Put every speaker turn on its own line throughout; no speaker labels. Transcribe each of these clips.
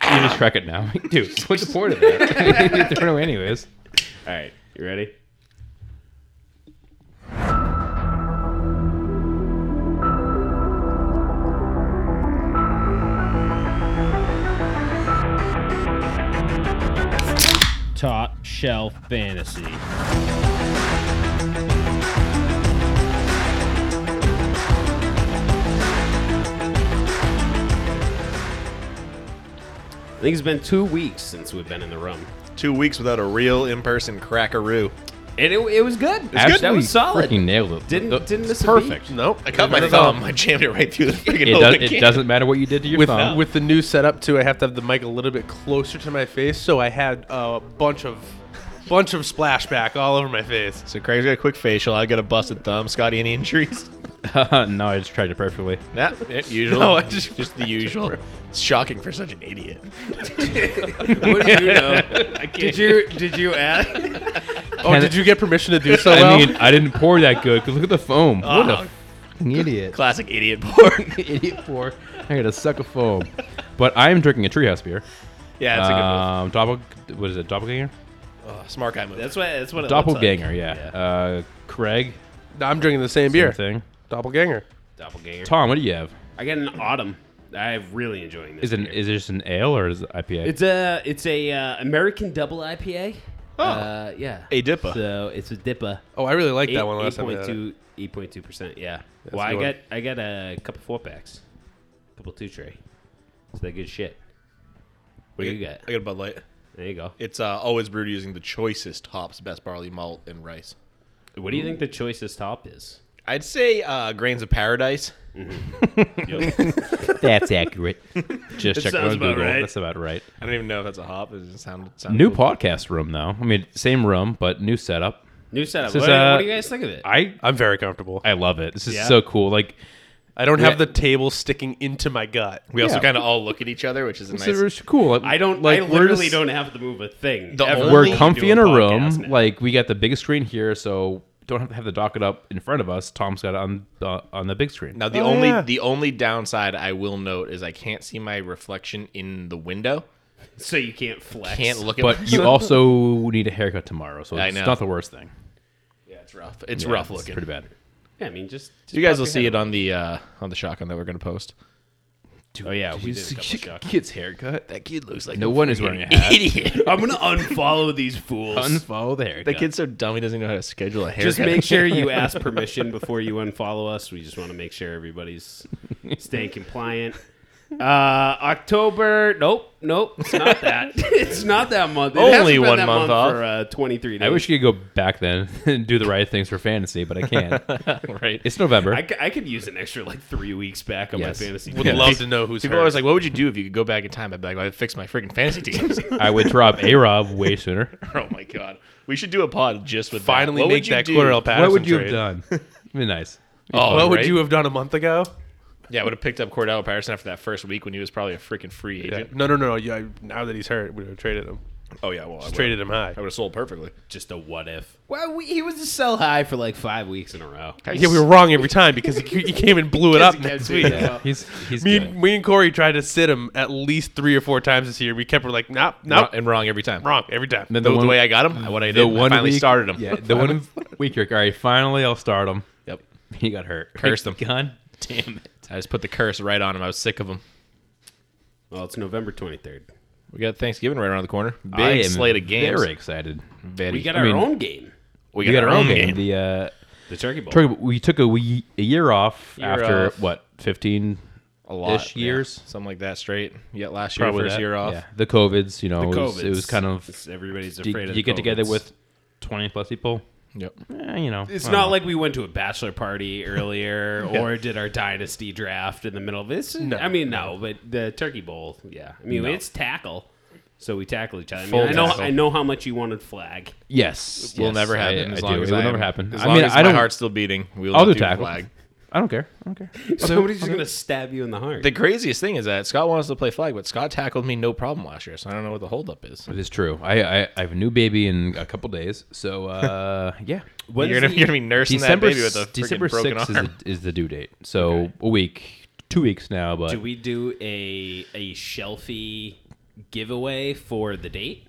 gonna just wreck it now. Dude, what's the point of that? you throw it away anyways.
All right, you ready?
Top shelf fantasy.
I think it's been two weeks since we've been in the room,
Two weeks without a real in-person crackaroo.
and it, it was good.
Absolutely
That was solid.
Freaking nailed it.
Didn't-
Look,
didn't miss a
perfect.
Oh,
Nope, I cut my
no, no.
thumb. I jammed it right through the freaking
It,
open
does, it
can.
doesn't matter what you did to your
with
thumb.
with the new setup too, I have to have the mic a little bit closer to my face, so I had a bunch of bunch of splashback all over my face.
So Craig's got a quick facial. I got a busted thumb. Scotty, any injuries?
no, I just tried it perfectly.
Nah, eh, usual.
No, I just-
just the usual. It's shocking for such an idiot.
What do you know? Did you did you add?
Oh,
Can
did
it-
you get permission to do so?
I
well?
mean, I didn't pour that good. 'cause look at the foam. What a
Oh,
fucking idiot.
classic idiot porn.
idiot pour. I gotta suck a foam. But I am drinking a treehouse beer.
yeah, that's a good move.
um, doppel, what is it? Doppelganger?
Oh, smart guy move.
That's what that's what it looks like.
Doppelganger, yeah. Uh, Craig,
I'm drinking the same beer.
same thing.
Doppelganger.
Doppelganger.
Tom, what do you have?
I got an autumn. I'm really enjoying this.
Is it an, is this an ale or is it IPA?
It's a it's a uh, American double IPA. Oh, uh, yeah.
A dipper.
So it's a dipper.
Oh, I really like
Eight
that one last time. I
point
had it.
two, eight point two percent. Yeah. well,
a
I
good
got I got a couple four packs, couple two tray. So that good shit. What do you got?
I got a Bud Light.
There you go.
It's uh, always brewed using the choicest hops, best barley malt, and rice.
What do you think the choicest top is?
I'd say uh, grains of paradise.
That's accurate. Just check
sounds
on
about
Google.
right.
That's about right.
I don't even know if that's a hop. It doesn't sound, sound
New
cool.
podcast room though. I mean, same room but new setup.
New setup.
This
What,
is, uh,
what do you guys think of it?
I
I'm very comfortable.
I love it. This is
Yeah.
so cool. Like
I don't have
Yeah.
the table sticking into my gut.
We also
Yeah.
kind of all look at each other, which is a
it's,
nice.
it's cool. Like,
I don't.
like
I
we're
literally
just-
don't have to move a thing.
The
ever.
only-
We're
do
comfy in a
a podcast
room.
now.
Like we got the big screen here, so don't have to have the docket up in front of us. Tom's got it on uh, on the big screen.
Now the
Oh,
only
yeah.
the only downside I will note is I can't see my reflection in the window.
so you can't flex.
Can't look at.
But you also need a haircut tomorrow, so
I
it's
know.
not the worst thing.
yeah, it's rough. It's
Yeah,
rough looking.
pretty bad.
Yeah, I mean, just, just
You guys
pop
will
your
see
head
it on the uh, on the shotgun that we're gonna post.
Dude,
Oh, yeah,
did
we
you
did a
see
couple
your
shock.
kid's haircut.
That kid looks like
No one is wearing a hat.
idiot.
I'm gonna unfollow these fools.
Unfollow the haircut.
That kid's so dumb he doesn't know how to schedule a haircut.
just make sure you ask permission before you unfollow us. We just want to make sure everybody's staying compliant. Uh, October. Nope, nope. It's not that. it's not that month. It
Only
hasn't been
one
that
month off.
for uh, 23 days.
I wish you could go back then and do the right things for fantasy, but I can't.
right.
It's November.
I, c- I could use an extra like three weeks back on
Yes.
my fantasy.
Would
Yeah.
love to know who's
People are
hurt.
always like, "What would you do if you could go back in time?" I'd be like, well, "I'd fix my freaking fantasy teams."
I would drop A Rob way sooner.
oh my god, we should do a pod just with
finally
That. What
make
would you
that
do?
Cordell Patterson
what would you
trade.
have done? Be nice.
Oh,
What would
right?
you have done a month ago?
Yeah, I would have picked up Cordell Patterson after that first week when he was probably a freaking free
Yeah.
agent.
No, no, no. Yeah, now that he's hurt, we would have traded him.
Oh yeah, well, I would.
Traded him high.
I would have sold perfectly.
Just a what if. Well, we, he was a sell high for like five weeks in a row.
Yeah, we were wrong every time because he, he came and blew it up next week.
Yeah, he's he's
Me,
good.
and, me and Corey tried to sit him at least three or four times this year. We kept we're like, nope, nope,
and wrong every time.
wrong every time.
Then
The, the
one-
way I got him, what I did,
the one
I finally
week-
started him.
Yeah, the one week you're like, all right, finally I'll start him.
Yep.
He got hurt.
Cursed him.
Gun. Damn it.
I just put the curse right on him. I was sick of him.
Well, it's November 23rd.
We got Thanksgiving right around the corner.
I
Big
am
slate of games.
Very excited.
Very-
We got
I
our
mean-
own game,
we
We got our own game. The uh,
the Turkey Bowl.
Turkey Bowl- we took a wee, a year off
Year
after
off.
what fifteen
A lot.
ish years.
Yeah. Something like that straight. Yet last year, first
that.
year off.
Yeah. The covids, you know, it, was, it was
COVIDs.
kind of
It's- everybody's
do
afraid
you,
of.
do
the
you get together
COVIDs.
with 20 plus people
Yep.
eh, you know
It's
I don't
not
know.
like we went to a bachelor party earlier or did our dynasty draft in the middle of this. I mean, no, but the Turkey Bowl, yeah. I mean, it's tackle, so we tackle each other. I, mean,
Full
I know,
tackle.
I know how much you wanted flag.
yes
Will
yes,
never happen.
I,
as
I
long
do.
as
it will
I am-
never happen
As
i
long
mean
as
i
my
don't
heart's still beating. We'll
i'll do
do
tackle
flag.
i don't care i don't care
Somebody's just gonna stab you in the heart.
The craziest thing is that Scott wants to play flag, but Scott tackled me no problem last year, so I don't know what the holdup is.
it is true I, I i have a new baby in a couple days so uh yeah
When
you're
is
gonna,
the-
you're gonna be nursing
december
that baby with a
s-
freaking
december
broken
6th is
arm.
the, is the due date so a week two weeks now but
do we do a a shelfie giveaway for the date.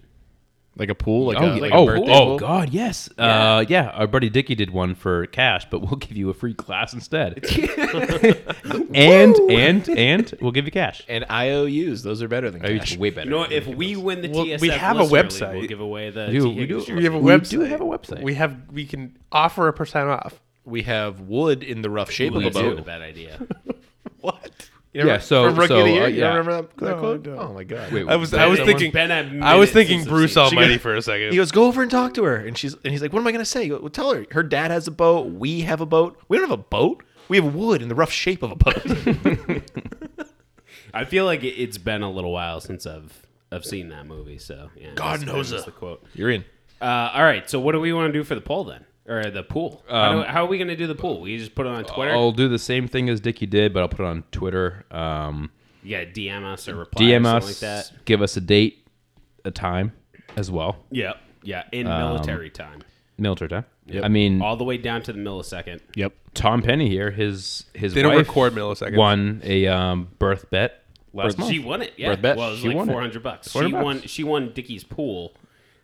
Like a pool, like
oh,
a,
yeah.
like a
oh,
birthday
oh,
pool?
God, yes.
Yeah.
Uh, yeah, our buddy Dickie did one for cash, but we'll give you a free class instead. and and and we'll give you cash.
And IOUs, those are better than
Oh,
cash.
it's way better.
You know, what, if we win the
Well,
TSF,
we have a
list early,
website.
we'll give away the.
We do-
T-
we do-
We have a
We
website.
do have a website.
We have we can offer a percent off.
We have wood in the rough shape
Ooh,
of a
that's not a
boat.
bad idea.
What?
Yeah, so-
from rookie
so,
of the year,
uh,
you
yeah.
don't remember that, that
No, I
quote?
don't.
Oh my god!
Wait,
I was I was
Ben-
thinking
Ben had
I
minutes
was thinking
since I've
Bruce
seen-
Almighty for a second.
He goes, go over and talk to her, and she's and he's like, what am I gonna say? Go, Well, tell her her dad has a boat. We have a boat. We don't have a boat. We have wood in the rough shape of a boat.
I feel like it, it's been a little while since I've I've seen that movie. So yeah,
God
that's-
knows
that was
her.
the quote.
You're in.
Uh, all right, so what do we want to do for the poll then, or the pool? how, do, how are we going to do the pool? We just put it on Twitter.
Um, I'll do the same thing as Dickie did, but I'll put it on Twitter. Um,
you got to DM us or reply
DM
or
us,
something like that.
give us a date, a time, as well,
Yeah, yeah, in
Um,
military time,
military time. I mean,
all the way down to the millisecond.
Yep.
Tom Penny here, his his
They
wife
don't record milliseconds.
won a um, birth bet last month.
She won it. Yeah,
Worth bet.
well, it was
She
like
won it.
four hundred bucks. She
400 bucks.
won. She won Dickie's pool.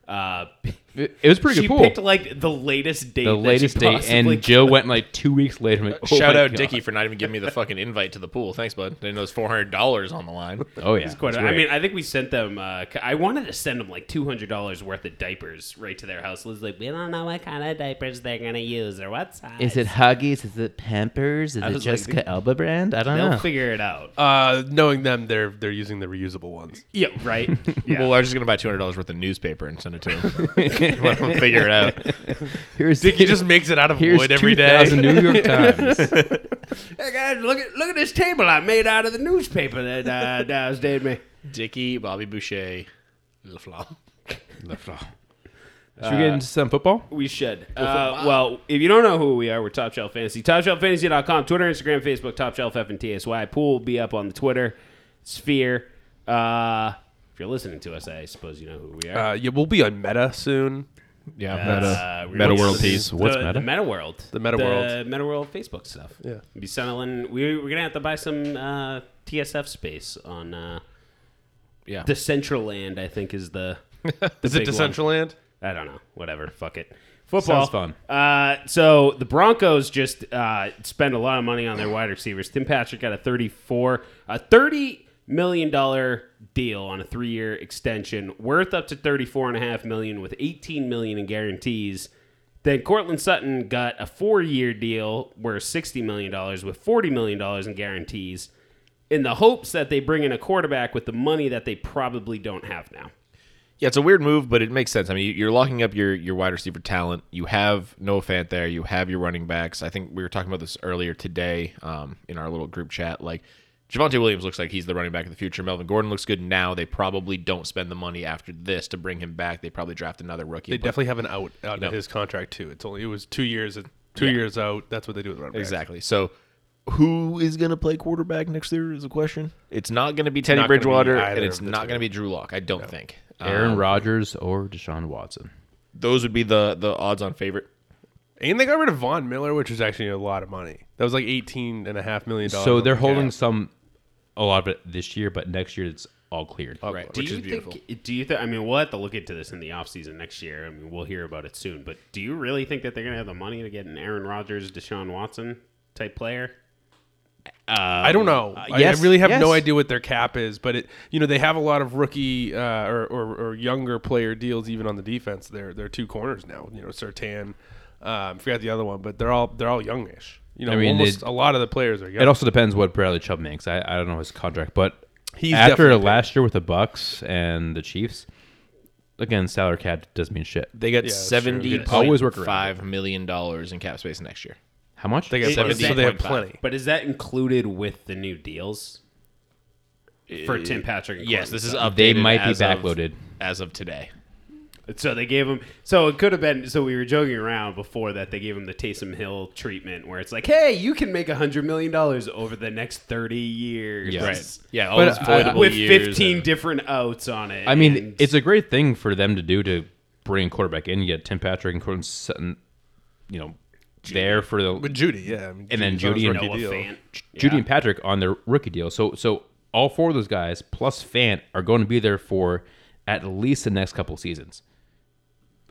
Uh,
it it was a pretty good
she
pool.
picked like the latest date.
the latest date, and Joe went like two weeks later. I'm like, oh
Shout
my
out
God.
Dickie for not even giving me the fucking invite to the pool. Thanks, bud. Didn't know it's four hundred dollars on the line.
Oh yeah,
Quite
it's
a- I
great.
mean, I think we sent them. Uh, c- I wanted to send them like two hundred dollars worth of diapers right to their house. Liz like, we don't know what kind of diapers they're gonna use or what size.
Is it Huggies? Is it Pampers? Is it
was like,
Jessica Elba brand? I don't
They'll
know. Oh.
figure it out.
Uh, knowing them, they're they're using the reusable ones.
yeah, right. Yeah.
Well, I was just gonna buy two hundred dollars worth of newspaper and send it to him. Let him figure it out.
Here's
He just makes it out of
Here's
wood every day.
2000 New York Times.
hey guys, look at look at this table I made out of the newspaper that uh, Daz did me.
Dickie, Bobby Boucher, LaFlamme.
Should we get into some football?
We should. Uh, well, if you don't know who we are, we're Top Shelf Fantasy. TopShelfFantasy.com, Twitter, Instagram, Facebook, Top Shelf F and TSY. Pool will be up on the Twitter sphere. Uh, if you're listening to us, I suppose you know who we are.
Uh, yeah, we'll be on Meta soon.
Yeah,
Uh, we're-
Meta
what's
World
the-
Peace. What's
the,
Meta?
The Meta World. The
Meta
The
World.
Meta World Facebook stuff.
Yeah.
Be selling. We, we're gonna have to buy some uh, TSF space on. Uh,
Yeah.
Decentraland, I think, is the.
Is it
big one.
Decentraland?
I don't know. Whatever. Fuck it. Football.
Sounds
Uh, so the Broncos just uh, spend a lot of money on their wide receivers. Tim Patrick got a 34, a 30 million dollar deal on a three-year extension, worth up to 34 and a half million with 18 million in guarantees. Then Cortland Sutton got a four-year deal worth 60 million dollars with 40 million dollars in guarantees, in the hopes that they bring in a quarterback with the money that they probably don't have now.
Yeah, it's a weird move, but it makes sense. I mean, you- you're locking up your your wide receiver talent. You have Noah Fant there. You have your running backs. I think we were talking about this earlier today um, in our little group chat. Like Javante Williams looks like he's the running back of the future. Melvin Gordon looks good now. They probably don't spend the money after this to bring him back. They probably draft another rookie.
They
but-
definitely have an out out
No.
of his contract too. It's only it was two years two years out. That's what they do with running backs.
Exactly. So who is going to play quarterback next year is a question. It's not going to be Teddy
not gonna be
Bridgewater,
either
and
of
it's
the
not going to be Drew Lock. I don't think.
Aaron
Um,
Rodgers or Deshaun Watson.
those would be the the odds on favorite.
And they got rid of Von Miller, which was actually a lot of money. That was like eighteen and a half million dollars.
So they're
over the cap.
holding some, a lot of it this year, but next year it's all cleared.
Right.
do
which
you
is beautiful.
Think, do you think? I mean, we'll have to look into this in the offseason next year. I mean, we'll hear about it soon. But do you really think that they're going to have the money to get an Aaron Rodgers, Deshaun Watson type player?
I don't know. I-
Uh, yes,
I really have no
yes.
idea what their cap is, but it you know they have a lot of rookie uh, or, or or younger player deals even on the defense. They're they're two corners now. You know, Sertan, um, forgot the other one, but they're all they're all youngish. You know,
I mean,
almost
they-
a lot of the players are young.
It also depends what Bradley Chubb makes. I, I don't know his contract, but
He's
after
definitely-
last year with the Bucks and the Chiefs, again salary cap doesn't mean shit.
They got
Yeah, that's true.
seventy
Always work
five million dollars in cap space next year.
How much?
they got plenty,
Is that-
so they have plenty.
But is that included with the new deals for Tim Patrick? And
Yes, this is
Cortland
updated.
They might be
as of-
backloaded.
as of today.
Sutton? so they gave him. So it could have been. So we were joking around before that they gave him the Taysom Hill treatment, where it's like, hey, you can make a hundred million dollars over the next thirty years,
Yeah.
Right. Yeah, all
But,
those
uh,
voidable
With
years
fifteen
and-
different outs on it.
I mean,
and-
it's a great thing for them to do to bring a quarterback in. You get Tim Patrick and Cortland Sutton, you know, there for the
But Judy, yeah, I mean,
And then
Judy's on his
Judy and
rookie
Noah
deal.
Fant.
Judy and Patrick on their rookie deal. So so all four of those guys plus Fant are going to be there for at least the next couple seasons.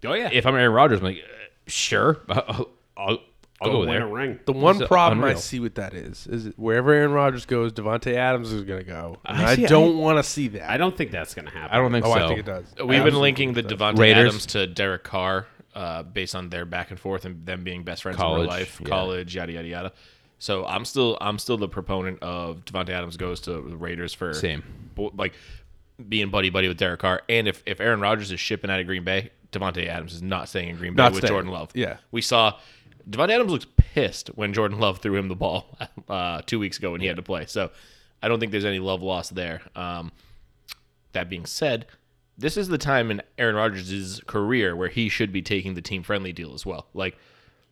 Oh yeah,
If I'm Aaron Rodgers, I'm like, uh, sure, I'll, I'll, I'll go,
win
there.
a ring.
The one
It's, uh,
problem I
unreal.
see with that is, is it wherever Aaron Rodgers goes, Devonte Adams is going to go. And I,
see-
don't want to see that.
I don't think that's gonna happen.
I don't think
oh,
so.
I think it does.
We've been linking the Devonte
Raiders.
Adams to Derek Carr uh, based on their back and forth and them being best friends in
College,
real life,
yeah.
college, yada yada yada. So I'm still I'm still the proponent of Devonte Adams goes to the Raiders for
Same.
bo- like being buddy buddy with Derek Carr. And if if Aaron Rodgers is shipping out of Green Bay, Devonte Adams is not staying in Green Bay
Not
with
staying.
Jordan Love.
Yeah.
we saw. Devonte Adams looked pissed when Jordan Love threw him the ball uh, two weeks ago when he had to play. So I don't think there's any love lost there. Um, that being said, this is the time in Aaron Rodgers' career where he should be taking the team friendly deal as well. Like,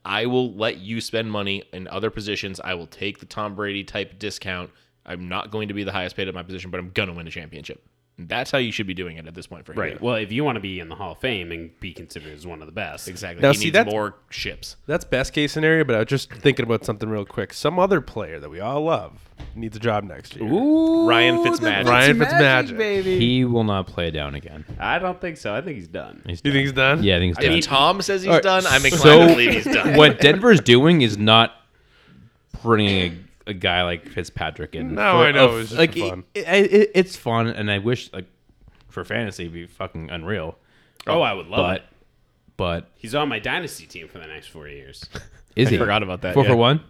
I will let you spend money in other positions. I will take the Tom Brady type discount. I'm not going to be the highest paid at my position, but I'm going to win a championship. That's how you should be doing it at this point for him.
Right. Well, if you want to be in the Hall of Fame and be considered as one of the best,
Exactly.
Now,
he
see,
needs
that's-
more ships.
That's best case scenario, but I was just thinking about something real quick. Some other player that we all love needs a job next year.
Ryan Fitzmagic.
Ryan Fitzmagic.
He will not play down again.
I don't think so. I think he's done.
He's
You
done.
think he's done?
Yeah, I think he's
If
done.
Tom says he's
All right,
done, I'm inclined
so-
to believe he's done.
what Denver's doing is not bringing a, a guy like Fitzpatrick in.
No, I know, it was just
like
for fun.
It, it- it- it's fun, and I wish like for fantasy it'd be fucking unreal.
Oh, I would love
But
it.
but
He's on my dynasty team for the next four years.
is he
forgot about that,
four
yeah.
for one?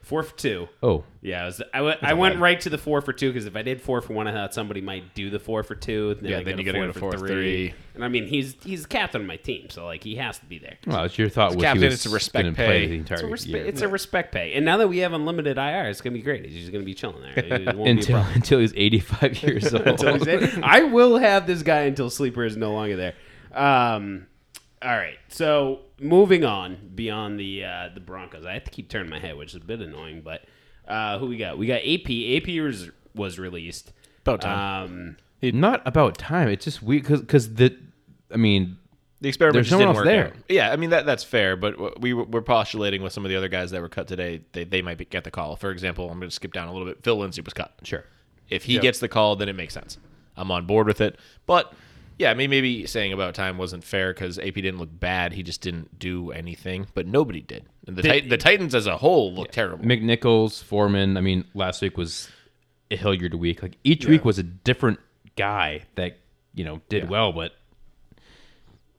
Four for two.
Uh, Oh,
Yeah, I, was, I, went, I went right to the four for two because if I did four for one, I thought somebody might do the four for two. Then
Yeah,
I
then you gotta
four
go to
for
four for three.
And I mean, he's he's the captain of my team, so like he has to be there.
well, it's your thought was
captain,
he was
it's a respect
gonna
pay.
play the entire
It's a, respe-
year
it's a respect pay. And now that we have unlimited IR, it's gonna be great. He's just gonna be chilling there. It won't be a
until
problem.
until he's eighty five years old.
I will have this guy until sleeper is no longer there. Um, all right, so moving on beyond the uh, the Broncos, I have to keep turning my head, which is a bit annoying. But uh, who we got? We got AP. AP was, was released.
About
Um,
not about time. It's just weird because because the I mean
The experiment
There's
just
no one
didn't
else
work
there.
out. Yeah, I mean that that's fair, but w- we were, we're postulating with some of the other guys that were cut today, they, they might be, get the call. For example, I'm going to skip down a little bit. Phil Lindsay was cut. Sure. If he gets the call, then it makes sense. I'm on board with it. But yeah, I mean maybe saying about time wasn't fair because AP didn't look bad. He just didn't do anything, but nobody did. And the Tit- the Titans as a whole looked terrible.
McNichols, Foreman. I mean, last week was a Hilliard week. Like each week was a different guy that you know did well, but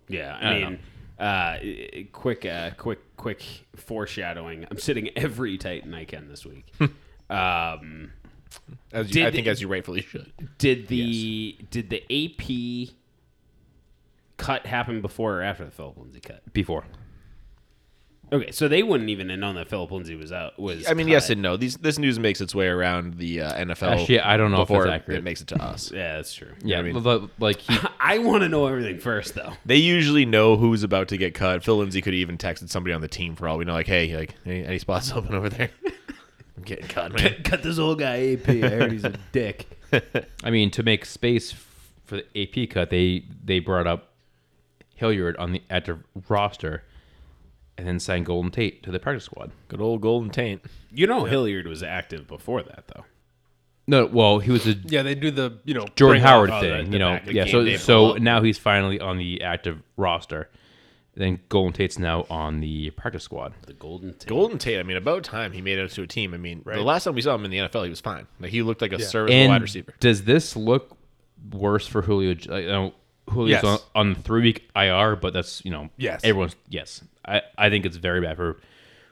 yeah, I,
I don't
mean, uh, i- quick, uh, quick, quick foreshadowing. I'm sitting every Titan I can this week. um,
As you, I
Did-
think as you rightfully should.
Did the did the AP cut happen before or after the Philip Lindsay cut?
before
Okay, so they wouldn't even have known that Philip Lindsay was out. Was
I mean,
cut.
yes and no. These this news makes its way around the uh, NFL.
Actually, I don't know if
before
that's accurate.
it makes it to us.
yeah, that's true.
yeah,
mean-
li- like he
I want to know everything first, though.
They usually know who's about to get cut. Phil Lindsay could have even texted somebody on the team for all we know, like, "Hey, like, any, any spots open over there? I'm getting cut, man."
Cut this old guy AP. I heard he's a dick.
I mean, to make space f- for the AP cut, they they brought up Hilliard on the at the roster, and then signed Golden Tate to the practice squad.
Good old golden taint.
You know, Hilliard was active before that, though.
No, well, he was a
Yeah, they do the, you know,
Jordan
bring up-
Howard
oh,
thing,
the-
you know.
back- the
Yeah,
game
so
day
so
pull-up.
now he's finally on the active roster. Then Golden Tate's now on the practice squad.
The Golden Tate.
Golden Tate. I mean, about time he made it to a team. I mean, the last time we saw him in the NFL, he was fine. Like, he looked like a serviceable
And
wide receiver.
does this look worse for Julio? J- Like, you know, Julio's
Yes.
on, on the three week IR, but that's you know
Yes.
everyone's yes. I, I think it's very bad for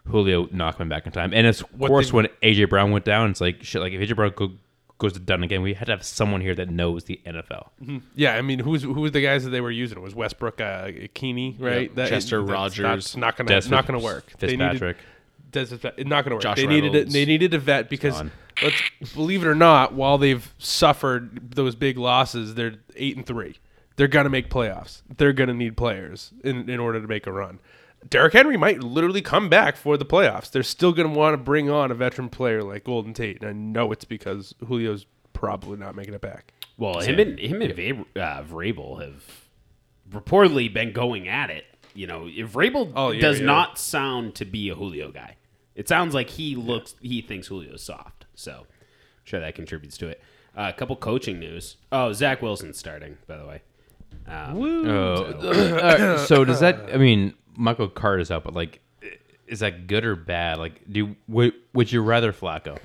Julio not coming back in time, and it's, of
What
course
they-
when AJ Brown went down, it's like shit. Like if AJ Brown go, goes down again, we had to have someone here that knows the NFL.
Yeah, I mean, who's who was the guys that they were using? It was Westbrook, uh, Keeney, right?
Yep.
That-
Chester
that's
Rogers.
Not, not gonna,
Des
not gonna work. They needed-
Fitzpatrick.
Des Fitzpatrick- not gonna work.
Josh
they needed, a,
Reynolds.
they needed a vet because
Gone.
let's believe it or not, while they've suffered those big losses, they're eight and three. They're gonna make playoffs. They're gonna need players in, in order to make a run. Derrick Henry might literally come back for the playoffs. They're still gonna want to bring on a veteran player like Golden Tate, and I know it's because Julio's probably not making it back.
Well, him and him and Vab- uh, Vrabel have reportedly been going at it. You know, if Vrabel
Oh, yeah,
does
yeah.
not sound to be a Julio guy. It sounds like he looks he thinks Julio's soft. So, I'm sure that contributes to it. Uh, a couple coaching news. Oh, Zach Wilson's starting, by the way. Um,
Uh, so does that? I mean, Michael Carter is out, but like, is that good or bad? Like, do would, would you rather Flacco?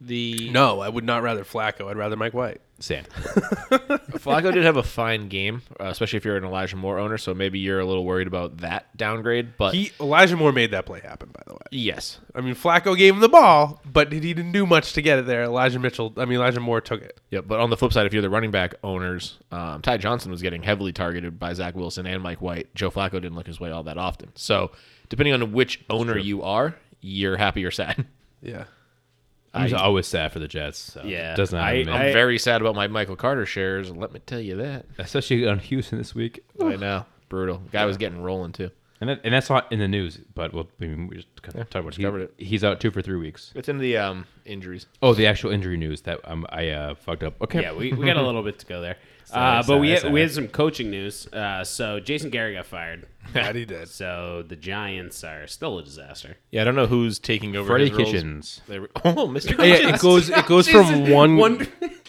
The
No, I would not rather Flacco. I'd rather Mike White.
Sam,
Flacco did have a fine game, uh, especially if you're an Elijah Moore owner. So maybe you're a little worried about that downgrade. But
He Elijah Moore made that play happen, by the way.
yes,
I mean, Flacco gave him the ball, but he didn't do much to get it there. Elijah Mitchell, I mean, Elijah Moore took it.
yeah. But on the flip side, if you're the running back owners, um, Ty Johnson was getting heavily targeted by Zach Wilson and Mike White. Joe Flacco didn't look his way all that often. So depending on which owner you are, you're happy or sad.
Yeah.
I'm just always sad for the Jets. So
Yeah.
it doesn't matter to me.
I-
I'm very sad about my Michael Carter shares. Let me tell you that.
especially on Houston this week,
I know, brutal. Guy was getting rolling too.
and that, and that's not in the news. But we'll I mean, we just kind of talk about
covered it.
he, He's out two for three weeks.
It's in the um, injuries.
Oh, the actual injury news that um, I uh, fucked up. Okay,
yeah, we, we got a little bit to go there. Uh, but
sorry,
we had,
sorry.
we had some coaching news. Uh, so Jason Garrett got fired.
That he did.
So the Giants are still a disaster.
Yeah, I don't know who's taking over.
Freddie
his roles.
Kitchens.
They were- Oh, Mr.
Yeah, it goes it goes from one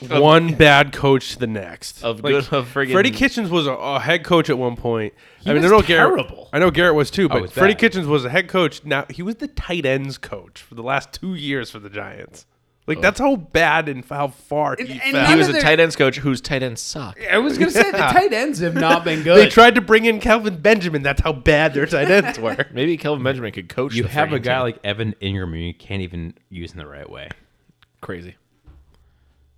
one bad coach to the next.
Of good- of friggin-
Freddie Kitchens was a, a head coach at one point. I mean,
was
I know Garrett.
terrible.
I know Garrett was
Oh,
too, but
was
Freddie
bad.
Kitchens was a head coach. Now he was the tight ends coach for the last two years for the Giants. Like that's how bad and how far he
and
fell.
He
none
was
of
a
their-
tight ends coach whose tight ends suck.
I was gonna say the tight ends have not been good.
they tried to bring in Calvin Benjamin. That's how bad their tight ends were.
Maybe Kelvin Benjamin could coach.
You
the
have a
friggin'
guy
team.
like Evan Ingram, and you can't even use in the right way.
crazy.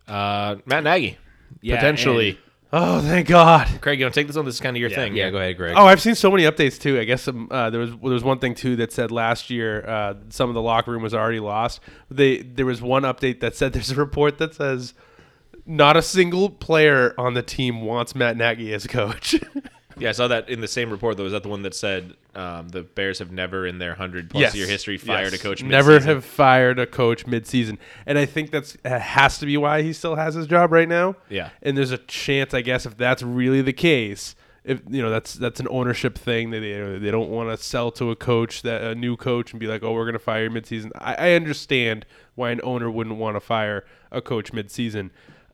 Uh, Matt Nagy,
Yeah,
potentially.
and-
Oh, thank God.
Craig, you want to take this on? This is kind of your thing.
Yeah, go ahead, Greg.
Oh, I've seen so many updates too. I guess some, uh, there was there was one thing too that said last year uh, some of the locker room was already lost. They there was one update that said there's a report that says not a single player on the team wants Matt Nagy as coach.
Yeah, I saw that in the same report. Though, was that the one that said um, the Bears have never in their hundred plus
Yes.
year history fired
Yes.
a coach?
Never
mid-season?
have fired a coach midseason, and I think that's uh, has to be why he still has his job right now.
Yeah.
and there's a chance, I guess, if that's really the case. If you know that's that's an ownership thing that they, they don't want to sell to a coach that a new coach and be like, oh, we're gonna fire you midseason. I, I understand why an owner wouldn't want to fire a coach midseason,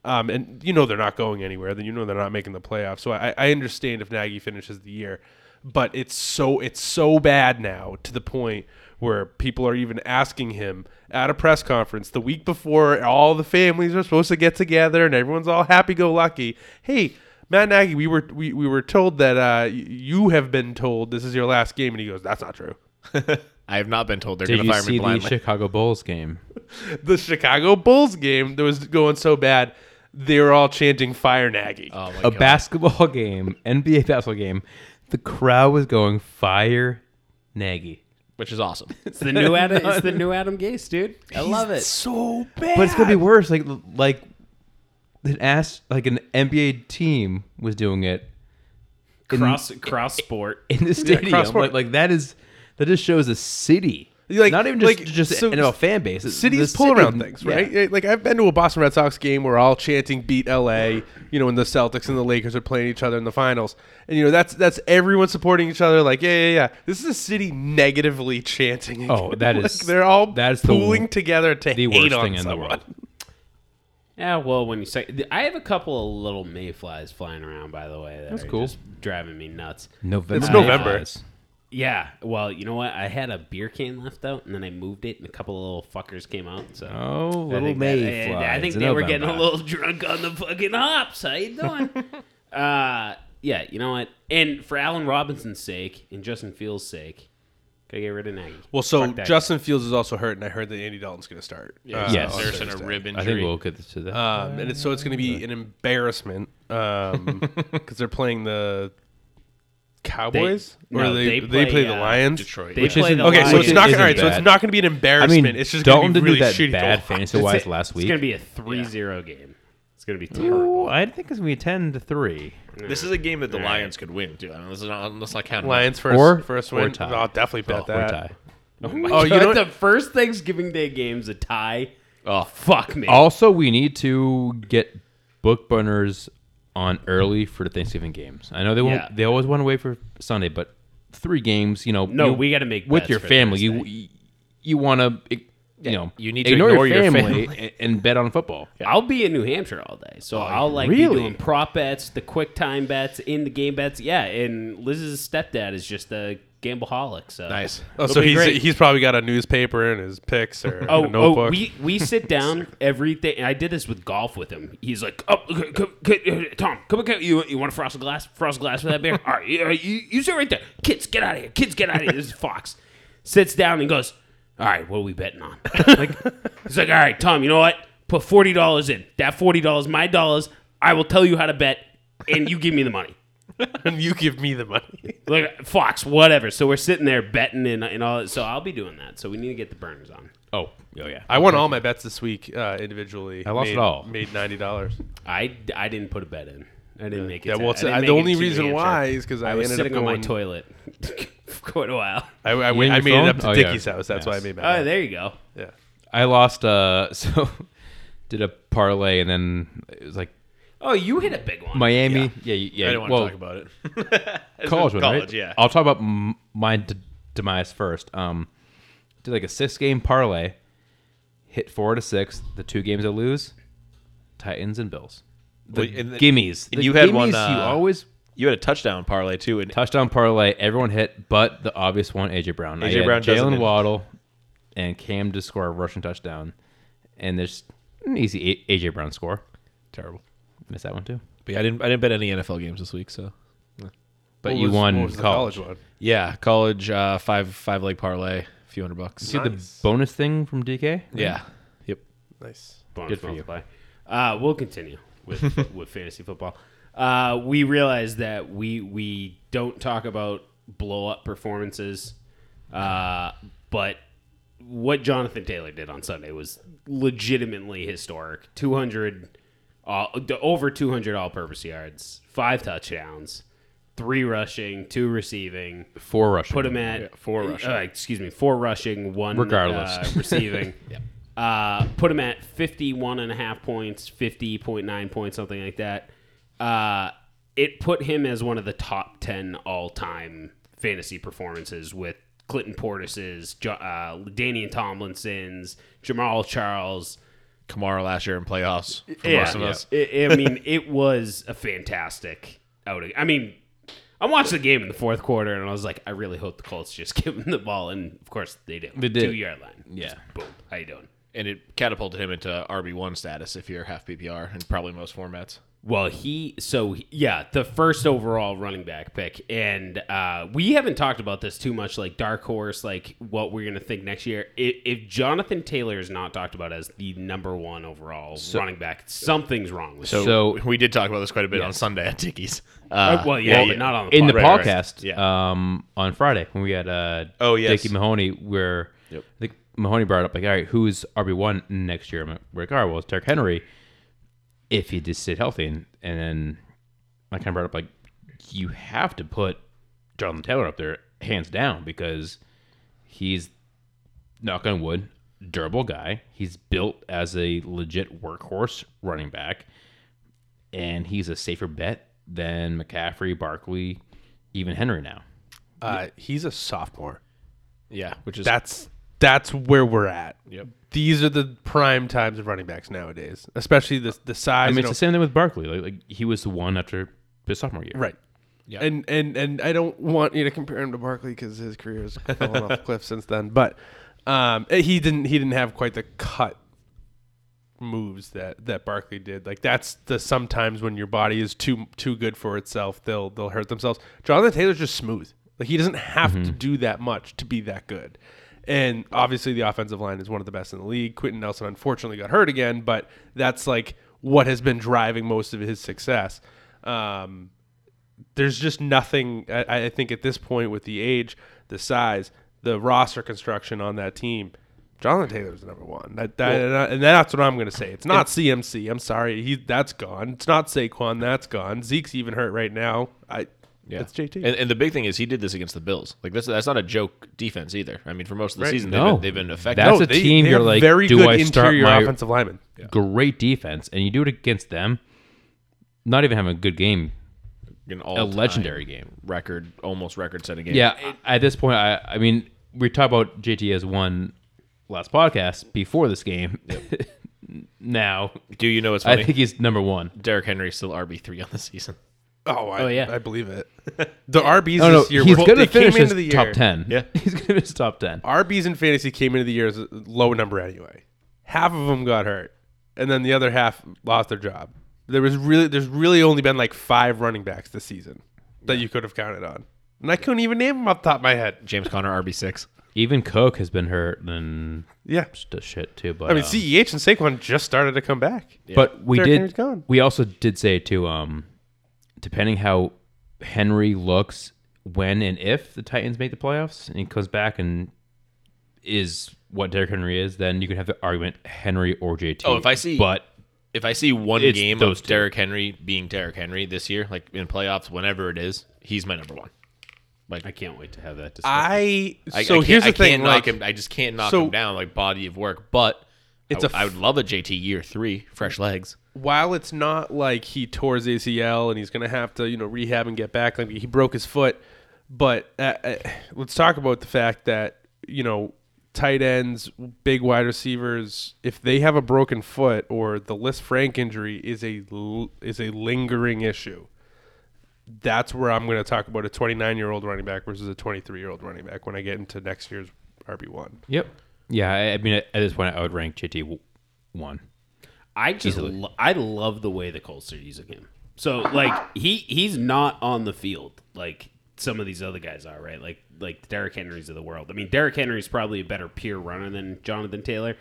um, and you know they're not going anywhere. Then you know they're not making the playoffs. So I, I understand if Nagy finishes the year, but it's so it's so bad now to the point where people are even asking him at a press conference the week before all the families are supposed to get together and everyone's all happy go lucky. Hey, Matt Nagy, we were we, we were told that uh, y- you have been told this is your last game, and he goes, "That's not true."
I have not been told they're
Did
going
you
to fire
see
me
the
blindly.
Chicago Bulls game?
The Chicago Bulls game that was going so bad, they were all chanting "Fire Nagy."
oh my
a
god!
basketball game, NBA basketball game. The crowd was going fire, Nagy.
Which is awesome.
It's the new Adam. It's the new Adam Gase, dude. Oh. I love it.
so bad,
But it's gonna be worse. Like like an ass like an NBA team was doing it in,
Cross cross sport.
in the stadium.
cross-sport.
like, like that is that just shows a city.
Like-
Not even just
like,
just
so-
an NFL fan base. It's
cities
the
pull
city.
around things, right?
Yeah.
Like I've been to a Boston Red Sox game where all chanting "Beat LA," you know, when the Celtics and the Lakers are playing each other in the finals, and you know that's that's everyone supporting each other. Like yeah, yeah, yeah. This is a city negatively chanting.
Oh, that
Like,
is-
they're all
that is the-
pooling together to
The
hate
worst
on
thing in the
someone.
world.
Yeah, well, when you say, I have a couple of little mayflies flying around. By the way, that that's
cool.
driving me nuts.
November.
It's November.
Guys.
Yeah. Well, you know what? I had a beer can left out, and then I moved it, and a couple of little fuckers came out. So.
Oh,
I
little
think that-
May
I- I think they were getting a little drunk on the fucking hops. How you doing? uh, yeah, you know what? And for Allen Robinson's sake and Justin Fields' sake, gotta get rid of Nagy.
Well, so
Fuck that
Justin Fields is also hurt, and I heard that Andy Dalton's going to start. uh,
Yes.
on
There's in a
Thursday.
rib injury.
I think we'll get to that.
Um, and it's, so it's going to be an embarrassment because they're playing the Cowboys,
no,
or
they
they they
play,
play, the
uh,
Lions.
Detroit.
They
Which
play
isn't-
the
Okay, so
Lions.
it's not all
isn't
right. So
bad.
it's not going to be an
I
embarrassment.
mean,
it's just
Dalton
going to be
didn't
really
do that
shitty. to
bad
watch.
fantasy wise last
It's
week.
gonna be a 3-0 game. It's gonna be terrible.
Ooh, I think it's gonna be ten to three.
This is a game that the Lions could win too. I mean, this is not, let's not count.
Lions first
Or-
first
or
win.
tie.
I'll definitely
Oh,
bet
or
that.
tie.
Oh, you know
But
what?
the first Thanksgiving Day game's a tie.
Oh,
Fuck me.
Also, we need to get book burners on early for the Thanksgiving games. I know they won't.
Yeah.
They always want to wait for Sunday, but three games, you know.
No,
you-
we gotta make
with
bets
your
for
family. You
Thursday.
you want to you know,
you need to ignore your
family, a- and bet on football.
I'll be in New Hampshire all day, so I'll like be
Oh, really?
doing prop bets, the quick time bets, in the game bets. Yeah, and Liz's stepdad is just a gambleaholic. So
Nice.
Oh,
It'll
so
be
he's
great.
he's probably got a newspaper in his picks or
Oh,
a
oh
notebook.
we, we sit down every day. and I did this with golf with him. He's like, oh, c- c- c- uh, Tom, come on, you you want a frosted glass? Frosted glass for that beer? All right, you, you, you sit right there. Kids, get out of here. Kids, get out of here. This is Fox. Sits down and goes, all right, what are we betting on? Like, he's like, all right, Tom, you know what? Put forty dollars in. That forty dollars, my dollars. I will tell you how to bet, and you give me the money
and you give me the money.
like Fox, whatever. So we're sitting there betting and, and all. So I'll be doing that. So we need to get the burners on.
Oh, oh yeah.
I won all my bets this week uh, individually. I
lost
made,
it all.
Made ninety dollars.
I, I didn't put a bet in. I didn't make it.
Yeah,
to-
well,
I
it's,
didn't
I,
make
the
it
only
to New
reason
Hampshire.
why is because I,
I was
ended
sitting
up
on
going,
my toilet for quite a while.
I, I,
You and
I
your
made it
phone?
up to
Oh, yeah.
Dickie's house. That's why I made my.
Oh,
bet.
there you go.
Yeah.
I lost. Uh, so did a parlay, and then it was like
Oh, you hit a big one.
Miami. Yeah, yeah. yeah
I don't want
well,
to talk about it.
college, one,
college,
right?
yeah.
I'll talk about m- my d- demise first. Um, did like a six game parlay, hit four to six. The two games I lose, Titans and Bills. The
Well, and the-
gimmies.
and
The
you had one,
gimmies you
uh,
always
You had a touchdown parlay too, and
touchdown parlay. Everyone hit, but the obvious one, AJ Brown. I
AJ
had
Brown doesn't
Jalen
hit.
Waddle, and Cam to score a rushing touchdown, and there's an easy A- AJ Brown score.
terrible.
Missed that one too.
But yeah, I didn't. I didn't bet any NFL games this week, so.
But
What
you
was-
won
what was the
college.
college one.
Yeah, college uh, five five leg parlay, a few hundred bucks.
See the bonus thing from DK.
Yeah. Yep.
Nice.
Good for you. Uh, we'll continue with with fantasy football. Uh, we realize that we we don't talk about blow up performances, uh, but what Jonathan Taylor did on Sunday was legitimately historic. Two hundred, uh, over two hundred all purpose yards, five touchdowns, three rushing, two receiving
Four rushing.
put him at
four rushing.
uh, excuse me, four rushing, one
Regardless.
uh, receiving. uh, put him at 51 and a half points, 50.9 points, something like that. Uh, it put him as one of the top 10 all time fantasy performances with Clinton Portis's, Jo- uh, Danny and Tomlinson's, Jamal Charles.
Kamara last year in playoffs. For most of us.
I- I mean, it was a fantastic outing. I mean, I watched the game in the fourth quarter, and I was like, I really hope the Colts just give him the ball, and of course they did.
They did.
Two yard line.
Yeah.
Just boom. How you doing?
And it catapulted him into RB one status if you're half PPR and probably most formats.
Well, he so he- yeah, the first overall running back pick, and uh, we haven't talked about this too much, like dark horse, like what we're gonna think next year. If, if Jonathan Taylor is not talked about as the number one overall running back, something's wrong with
So,
him.
So-
we did talk about this quite a bit on Sunday at Dickie's. Uh,
Uh, well, yeah, but not on the
in the
Right, right.
podcast um, on Friday when we had uh,
Oh, yes.
Dickie Mahoney, where I think Mahoney brought up, like, all right, who's RB1 next year? I'm like, we're like, all right, well, it's Derrick Henry if he just sit healthy. And, and then I kind of brought up, like, you have to put Jonathan Taylor up there hands down because he's, knock on wood, durable guy. He's built as a legit workhorse running back and he's a safer bet than McCaffrey, Barkley, even Henry now.
Uh, he's a sophomore.
yeah, which is
That's that's where we're at.
Yep.
These are the prime times of running backs nowadays, especially the the size.
I mean,
you
it's
know-
the same thing with Barkley. Like, like he was the one after his sophomore year.
Right.
Yeah.
And and and I don't want you to compare him to Barkley because his career has fallen off a cliff since then. But um, he didn't he didn't have quite the cut moves that that Barkley did. Like that's the sometimes when your body is too too good for itself, they'll they'll hurt themselves. Jonathan Taylor's just smooth. Like he doesn't have to do that much to be that good. And obviously the offensive line is one of the best in the league. Quentin Nelson unfortunately got hurt again, but that's like what has been driving most of his success. Um, there's just nothing. I, I think at this point, with the age, the size, the roster construction on that team, Jonathan Taylor's the number one. That, that, and, I- and that's what I'm going to say. It's not CMC. I'm sorry, he that's gone. It's not Saquon. That's gone. Zeke's even hurt right now. I.
Yeah.
It's JT.
And, and the big thing is he did this against the Bills. Like this, that's not a joke defense either. I mean, for most of the season,
No.
they've, been, they've been effective.
That's a team
Oh, they
you're
have
like,
very
do
good
I start
interior
my
offensive lineman.
great defense, and you do it against them, not even having a good game,
an
a
all-time
legendary game.
record, almost record-setting game.
Yeah, at this point, I, I mean, we talk about JT as one last podcast before this game. now
Do you know what's funny?
I think he's number one.
Derrick Henry's still RB three on the season.
Oh, I,
Oh, yeah.
I believe it. The RBs
Oh no,
this year
he's
were,
gonna
they came
finish
into
his
the year,
top ten.
Yeah.
he's gonna finish top ten.
RBs in fantasy came into the year as a low number anyway. Half of them got hurt, and then the other half lost their job. There was really, there's really only been like five running backs this season that you could have counted on, and I couldn't even name them off the top of my head.
James Conner RB six.
Even Cook has been hurt and
Yeah,
just shit too. But
I mean
um,
Ceh and Saquon just started to come back.
But we
Derrick
did.
Henry's gone.
We also did say too. Um, depending how Henry looks when and if the Titans make the playoffs and he comes back and is what Derrick Henry is, then you could have the argument Henry or JT.
Oh, if I see-
but
If I see one
It's
game
those
of
two.
Derrick Henry being Derrick Henry this year, like in playoffs, whenever it is, he's my number one.
I can't wait to have that discussion.
I so
I, I can't-
here's the
I
thing,
can't knock
like,
him. I just can't knock
So-
him down like body of work. But
It's
it's
a
I I
f-
would love a JT year three, fresh legs.
while it's not like he tore his ACL and he's going to have to, you know, rehab and get back, like he broke his foot. But uh, uh, let's talk about the fact that, you know, tight ends, big wide receivers, if they have a broken foot or the List Frank injury is a l- is a lingering issue. That's where I'm going to talk about a 29 year old running back versus a 23 year old running back when I get into next year's RB one.
yep, yeah. I, I mean, at this point, I would rank JT w- one.
I just lo- I love the way the Colts are using him. So like he he's not on the field like some of these other guys are, right? Like like Derrick Henry's of the world. I mean, Derrick Henry's probably a better pure runner than Jonathan Taylor.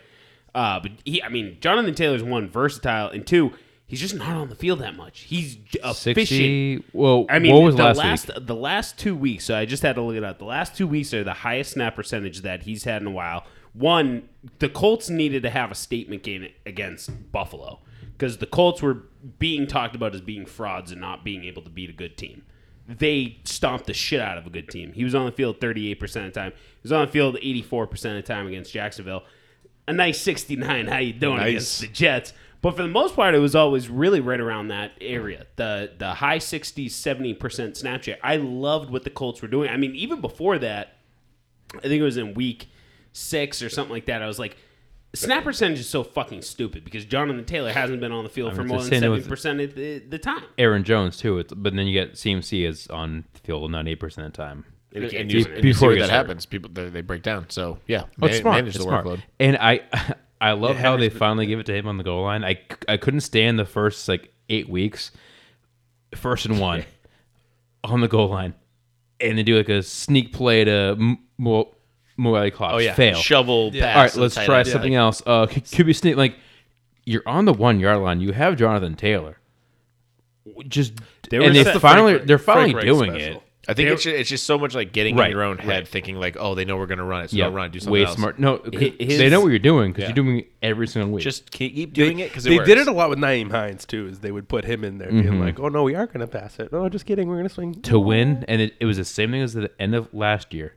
Uh, but he, I mean, Jonathan Taylor's one versatile, and two, he's just not on the field that much. He's j- efficient.
Sixty. Well,
I mean,
what was
the
last,
last,
week?
the last two weeks. So I just had to look it up. The last two weeks are the highest snap percentage that he's had in a while. One, the Colts needed to have a statement game against Buffalo because the Colts were being talked about as being frauds and not being able to beat a good team. They stomped the shit out of a good team. He was on the field 38% of the time. He was on the field 84% of the time against Jacksonville. A nice 69. How you doing against the Jets? But for the most part, it was always really right around that area. The the high 60s, 70% snap share. I loved what the Colts were doing. I mean, even before that, I think it was in week six or something like that. I was like, snap percentage is so fucking stupid because Jonathan Taylor hasn't been on the field
I
for
mean,
more
it's
than
the same with-
70% of the, the time.
Aaron Jones too. It's, but then you get CMC is on the field ninety eight percent of the time.
And he can't
you-
do it.
you see
Before
where
he
that
gets hurt.
happens, people they, they break down. So yeah,
Oh, it's
man-
smart.
manage
It's
the
smart.
workload.
And I, I love how they finally give it to him on the goal line. I, c- I couldn't stand the first like eight weeks, first and one, on the goal line, and they do like a sneak play to M- Mo- Moelle Cox.
Oh yeah,
fail.
shovel. Pass
All right,
to
let's
tight
try
end.
something else. Uh, c- could be sneak like you're on the one yard line. You have Jonathan Taylor. Just and they finally
set- Frank Reich-
they're finally
Frank Reich
doing
special.
it.
I think it's just, it's just so much like getting
Right,
in your own head, thinking like, oh, they know we're gonna run it, so
Yeah,
they'll run it, do something
way
else.
smart. No, 'cause
His-
they know what you're doing because
Yeah.
you're doing it every single week.
Just keep keep doing it because
they did it a lot with Naeem Hines too. Is they would put him in there, being like, "Oh no, we are going to pass it. Oh, just kidding, we're going to swing."
to win, and it, it was the same thing as at the end of last year.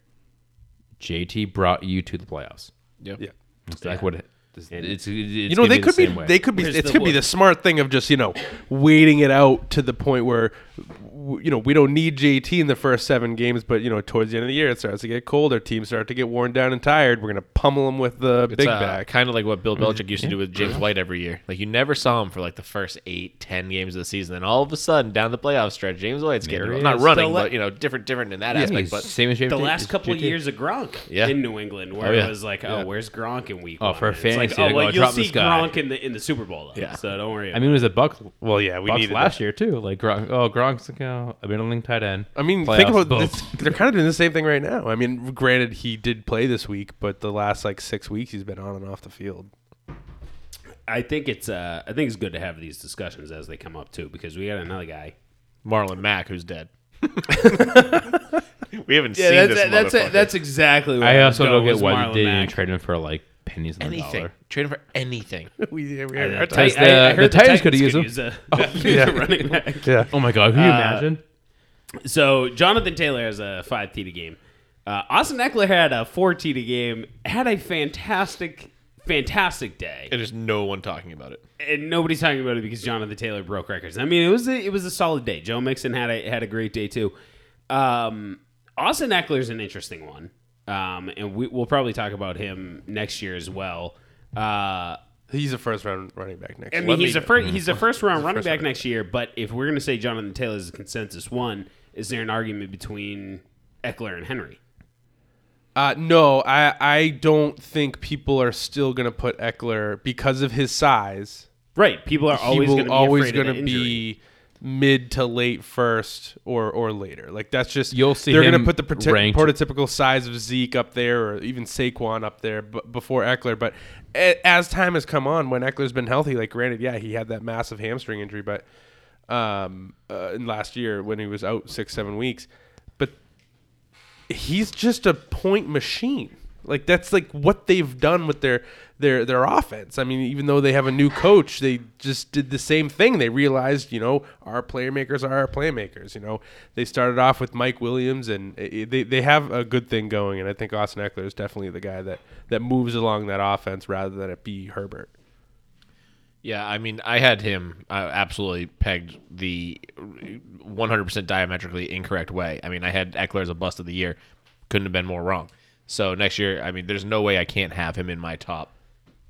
JT brought you to the playoffs.
Yeah,
It's like what it, it's, it's,
you know they could be,
the same way.
they could be
Here's
it
the
could be
wood.
the smart thing of just you know waiting it out to the point where w- you know we don't need JT in the first seven games, but you know towards the end of the year it starts to get cold. Our teams start to get worn down and tired. We're going to pummel them with the big
uh,
back.
kind of like what
Mm-hmm.
Bill Belichick used to do with James White every year. Like you never saw him for like the first eight, ten games of the season, then all of a sudden down the playoff stretch, James White's getting
he
not
is.
running,
The la-
but you know, different, different in that
I mean,
aspect.
it's
But
same as JT.
the last couple of
JT.
years of Gronk
Yeah.
in New England, where
Oh,
it
yeah.
was like, oh, where's Gronk in week?
Oh,
one?
for
And it's like,
fantasy,
oh,
like,
well,
oh,
you'll
drop
see
this guy.
Gronk in the in the Super Bowl, though,
Yeah.
so don't worry.
I mean, it was a buck.
Well, yeah, we
Bucks
needed
last
that.
year too. Like Gronk, oh Gronk's like oh, a middling tight end.
I mean,
Playoffs,
think about
boom.
this. They're kind of doing the same thing right now. I mean, granted, he did play this week, but the last like six weeks he's been on and off the field.
I think it's uh, I think it's good to have these discussions as they come up too, because we got another guy.
Marlon Mack, who's dead. we haven't
Yeah,
seen
that's
this.
that's
motherfucker.
that's exactly. What
I also don't get why
Marlon
they didn't
Mack.
trade him for like pennies on the
anything.
dollar.
Trade him for anything.
we, we
I,
our
I,
As
I- I
the-
heard
the Titans could use
could
him.
use a, a running back.
Oh my god, can you imagine?
So Jonathan Taylor has a five TD game. Uh, Austin Eckler had a four TD game. Had a fantastic, fantastic day.
And there's no one talking about it.
and nobody's talking about it because Jonathan Taylor broke records. I mean, it was a, it was a solid day. Joe Mixon had a had a great day too. Um, Austin Eckler's an interesting one um, and we, we'll probably talk about him next year as well. Uh,
He's a first round running back next.
I
year.
mean,
Let
he's
me
a first, he's a first round running
first
back
round.
next year. But if we're going to say Jonathan Taylor is a consensus one, is there an argument between Eckler and Henry?
Uh, no, I I don't think people are still gonna put Eckler because of his size.
Right, people are always
he will
going to be
always
afraid of
gonna
that injury.
be mid to late first or or later. Like that's just
You'll see
They're gonna
him
put the prote-
ranked-
prototypical size of Zeke up there or even Saquon up there b- before Eckler. But a- as time has come on, when Eckler's been healthy, like granted, yeah, he had that massive hamstring injury, but um, uh, in last year when he was out six seven weeks, but he's just a point machine. Like that's like what they've done with their their their offense. I mean, even though they have a new coach, they just did the same thing. They realized, you know, our playmakers are our playmakers. You know, they started off with Mike Williams, and i- i- they they have a good thing going. And I think Austin Eckler is definitely the guy that that moves along that offense rather than it be Herbert.
Yeah, I mean, I had him I absolutely pegged the 100% diametrically incorrect way. I mean, I had Eckler as a bust of the year. Couldn't have been more wrong. So next year, I mean, there's no way I can't have him in my top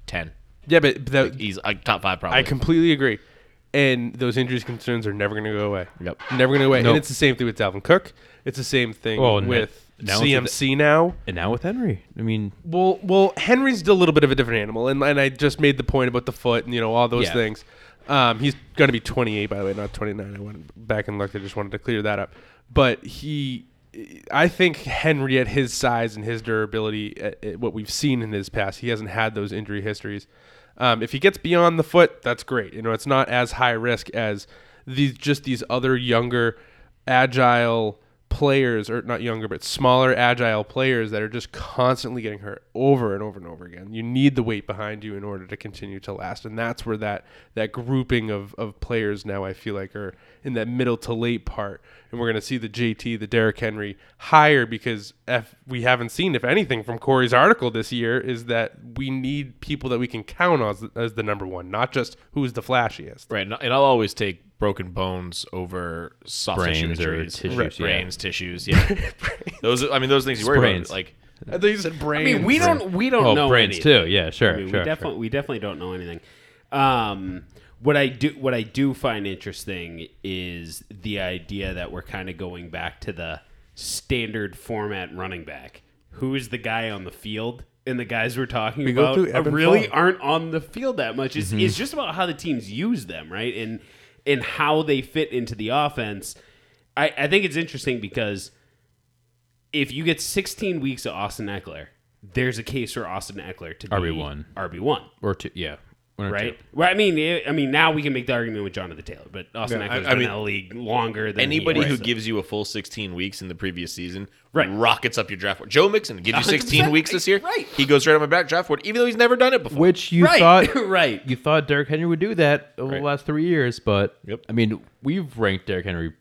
10.
Yeah, but that,
He's like top five, probably.
I completely agree. And those injuries concerns are never going to go away.
Yep.
Never going to go away.
Nope.
And it's the same thing with Dalvin Cook. It's the same thing
Well, and
with
now it's with
CMC now.
And now with Henry, I mean,
Well, well, Henry's a little bit of a different animal, and, and I just made the point about the foot and you know all those
Yeah.
things. Um, he's going to be 28, by the way, not 29. I went back and looked. I just wanted to clear that up. But he, I think Henry at his size and his durability, at, at what we've seen in his past, he hasn't had those injury histories. Um, if he gets beyond the foot, that's great. You know, it's not as high risk as these just these other younger, agile players or not younger but smaller agile players that are just constantly getting hurt over and over and over again you need the weight behind you in order to continue to last and that's where that that grouping of of players now i feel like are in that middle to late part and we're going to see the jt the Derrick henry higher because if we haven't seen if anything from corey's article this year is that we need people that we can count on as, as the number one not just who's the flashiest
Right, and and I'll always take broken bones over soft tissue
Brains or
injuries,
tissues,
Right,
yeah.
brains, tissues. Yeah, those. are- I mean, those things you worry
Sprains.
about. Like,
i think you said brain
I mean, we don't we don't
oh,
know
brains
anything.
too. Yeah, sure,
I mean,
sure.
we definitely we definitely don't know anything. Um, what I do what I do find interesting is the idea that we're kind of going back to the standard format running back. Who is the guy on the field? And the guys we're talking
go
about
through ebb and
really
flow.
aren't on the field that much.
Mm-hmm.
It's, it's just about how the teams use them, right? And and how they fit into the offense. I, I think it's interesting because if you get 16 weeks of Austin Eckler, there's a case for Austin Eckler to be
RB1.
RB one,
Or two, yeah, One or two.
right? Well, I mean, it, I mean, now we can make the argument with Jonathan Taylor, but Austin
Yeah,
Eckler's
I- I
been
mean,
in the league longer than
anybody
he
who
has.
gives you a full 16 weeks in the previous season
Right.
rockets up your draft board. Joe Mixon gives you 16
100%,
weeks this year.
right.
He goes right on my back draft board, even though he's never done it before.
Which you
right,
thought
right.
you thought Derrick Henry would do that over
Right.
the last three years, but
Yep.
I mean, we've ranked Derrick Henry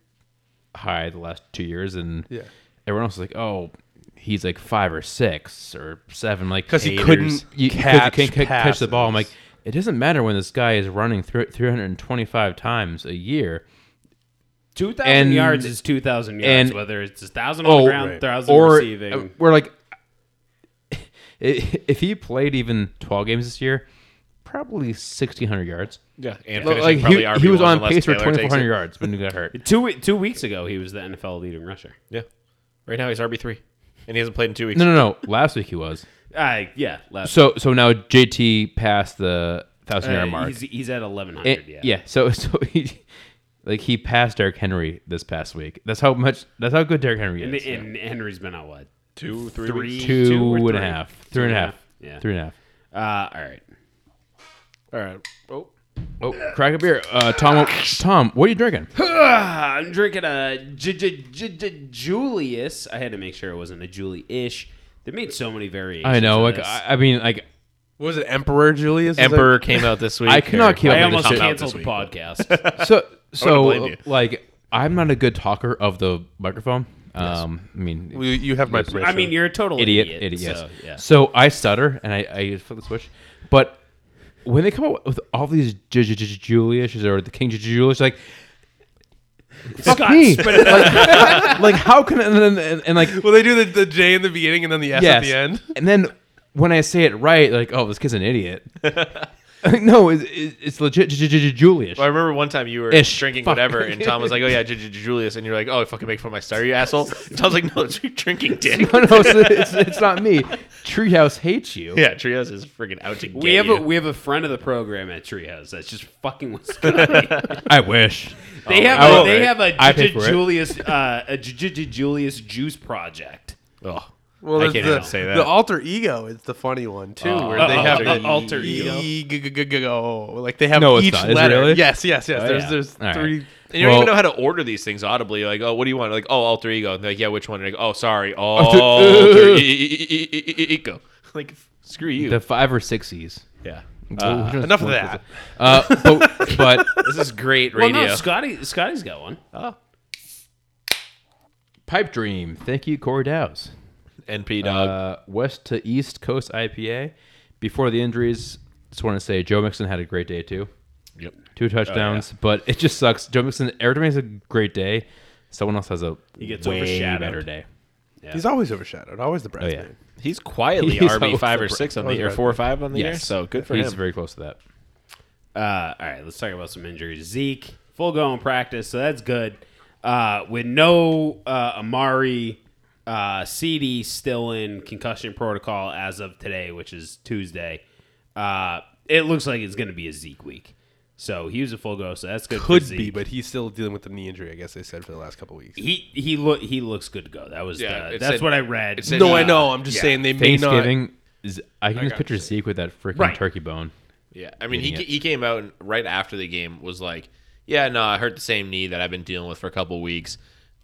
high the last two years, and
Yeah.
everyone else is like, oh, he's like five or six or seven, like
'Cause he
haters.
couldn't
You- 'cause
catch
he can't ca- catch the ball. I'm like,
passes.
it doesn't matter when this guy is running through 325 times a year.
Two thousand
and-
yards is two thousand yards,
and- Oh,
whether it's a thousand on the ground,
right.
thousand receiving.
uh, We're like, i- if he played even 12 games this year, probably 1,600 yards.
Yeah, and
Like,
finishing
like,
probably
he,
RB1
he was on
unless
pace for
Taylor takes
2,400
it.
yards when he got hurt.
two two weeks ago, he was the NFL leading rusher.
Yeah, right now he's RB three, and he hasn't played in two weeks.
No, no, no. Last week he was.
I Uh, yeah, last
So, so now JT passed the thousand
uh,
yard mark.
he's, he's at eleven
It-
hundred.
yeah. So, so he, like, he passed Derrick Henry this past week. That's how much. That's how good Derrick Henry
and,
is.
and Henry's been out what
Two, three.
three,
Two
or
and a
three?
half. Three and a half.
Yeah.
Three and a half.
Uh, all right.
all right oh
Oh, crack a beer. Uh, Tom, what- Tom, what are you drinking?
Ah, I'm drinking a J- J- J- J- Julius. I had to make sure it wasn't a Julie-ish. They made so many variations.
I know. Like,
of this.
I, I mean, like,
What was it Emperor Julius? Is
Emperor came out this week.
I cannot
or-
keep up
I
with
almost
Come out
canceled
this
the
week.
podcast.
so
blame you.
so like I'm not a good talker of the microphone. Um, I mean,
that- you, you have my permission.
I mean, you're a total
idiot,
idiot.
idiot, yes.
so, yeah.
So I stutter and I, I flip the switch, but when they come up with all these Julius's or the King Julius, like
Scott
me.
spit it out.
like, like, how can and, then and, and like
Well, they do the, the J in the beginning and then the S at
yes,
the end.
and then when I say it right, like oh this kid's an idiot. Like, no, it's, it's it's legit J- J- J- Julius.
Well, I remember one time you were
Ish.
drinking
Fuck.
whatever, and Tom was like, "Oh yeah, J- J- Julius," and you're like, "Oh, I fucking make fun of my star, you asshole." And Tom's like, "No, it's your drinking dick."
no, no, it's, it's, it's not me. Treehouse hates you.
yeah, Trios is freaking out to get
We have
you.
a we have a friend of the program at Treehouse that's just fucking what's going on.
I wish.
They have
I
a,
will-
they have a
I
J-
pay
J-
for it.
Julius uh, a J- J- J- Julius juice project.
Oh,
Well,
I
there's
can't
the,
even say that.
The alter ego is the funny one too, where they
uh,
have
uh,
the
uh, alter ego.
ego. Like they have
No, it's
each
not. Is it
letter.
really?
Yes, yes, yes.
Oh,
there's
yeah.
there's
All right.
three.
And you don't even
Well-
know how to order these things audibly. Like, oh, what do you want? Like, oh, alter ego. And they're like, yeah, which one? And like, oh, sorry, alter e- e- e- e- e- ego. Like, f- screw you.
The five or sixies.
yeah,
Enough of that.
Uh, but, but
this is great
Well,
radio.
no, Scotty Scotty's got one.
pipe dream. Thank you, Corey Dowse.
NP dog.
Uh, West to East Coast IPA. Before the injuries, just want to say Joe Mixon had a great day too.
yep.
Two touchdowns, but it just sucks. Joe Mixon, every time he has a great day, someone else has a
He gets
way
overshadowed.
better day.
He's always overshadowed. Always the
Oh
best.
yeah,
man.
He's quietly
He's
RB five or
always
six on
always
the year,
right.
four or five on the year.
Yes.
So good for
he's
him.
very close to that.
Uh, all right, let's talk about some injuries. Zeke full go in practice, so that's good. Uh, with no uh, Amari, uh, CD still in concussion protocol as of today, which is Tuesday. Uh, it looks like it's going to be a Zeke week. So he was a full go, so that's good. for
Could
Zeke.
be, but he's still dealing with the knee injury. I guess they said for the last couple weeks.
he he look he looks good to go. That was
Yeah,
the,
it
that's
said-
what I read.
it said-
No, I
Yeah.
know. I'm just saying they may not.
Thanksgiving, Z- I can just picture Zeke with that freaking
Right.
turkey bone.
Yeah, I mean, he,
Eating it.
he came out and right after the game was like, "Yeah, no, I hurt the same knee that I've been dealing with for a couple weeks."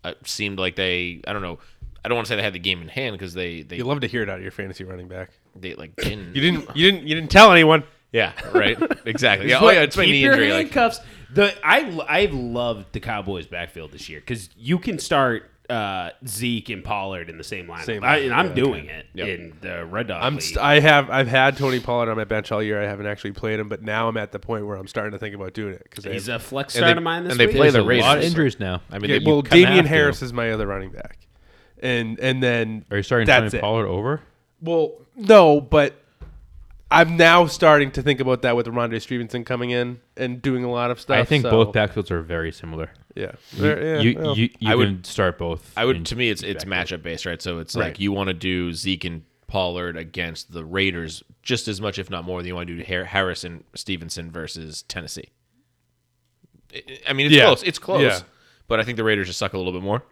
It seemed like they, I don't know, I don't want to say they had the game in hand because they they,
You love to hear it out of your fantasy running back.
they like didn't.
You didn't. You didn't. You didn't tell anyone.
yeah, right, exactly. yeah, oh yeah, it's my
Keep
knee
your
injury. Like,
handcuffs. The I I've loved the Cowboys backfield this year because you can start uh, Zeke and Pollard in the same lineup,
Same
I, and
lineup,
I'm
yeah.
doing it
Yep.
in the Red Dog.
I'm.
League.
St- I have. I've had Tony Pollard on my bench all year. I haven't actually played him, but now I'm at the point where I'm starting to think about doing it because
He's a flex
and they-
start of mine this
and they
week.
play the
There's a lot of
Raiders.
injuries now. I mean,
Yeah,
that you
well,
kinda have
Damian
to.
Harris is my other running back, and and then
Are you starting
That's
Tony
it.
Pollard over?
Well, no, but I'm now starting to think about that with Ramondre Stevenson coming in and doing a lot of stuff.
I think
so,
both backfields are very similar.
Yeah, They're- yeah,
you
well,
you, you
I would-
can start both.
I
in-
would to me, it's it's matchup based, right? So it's like you want to do Zeke and Pollard against the Raiders just as much, if not more, than you want to do Har- Harris and Stevenson versus Tennessee. I- I mean, it's
Yeah.
close. It's close,
Yeah.
but I think the Raiders just suck a little bit more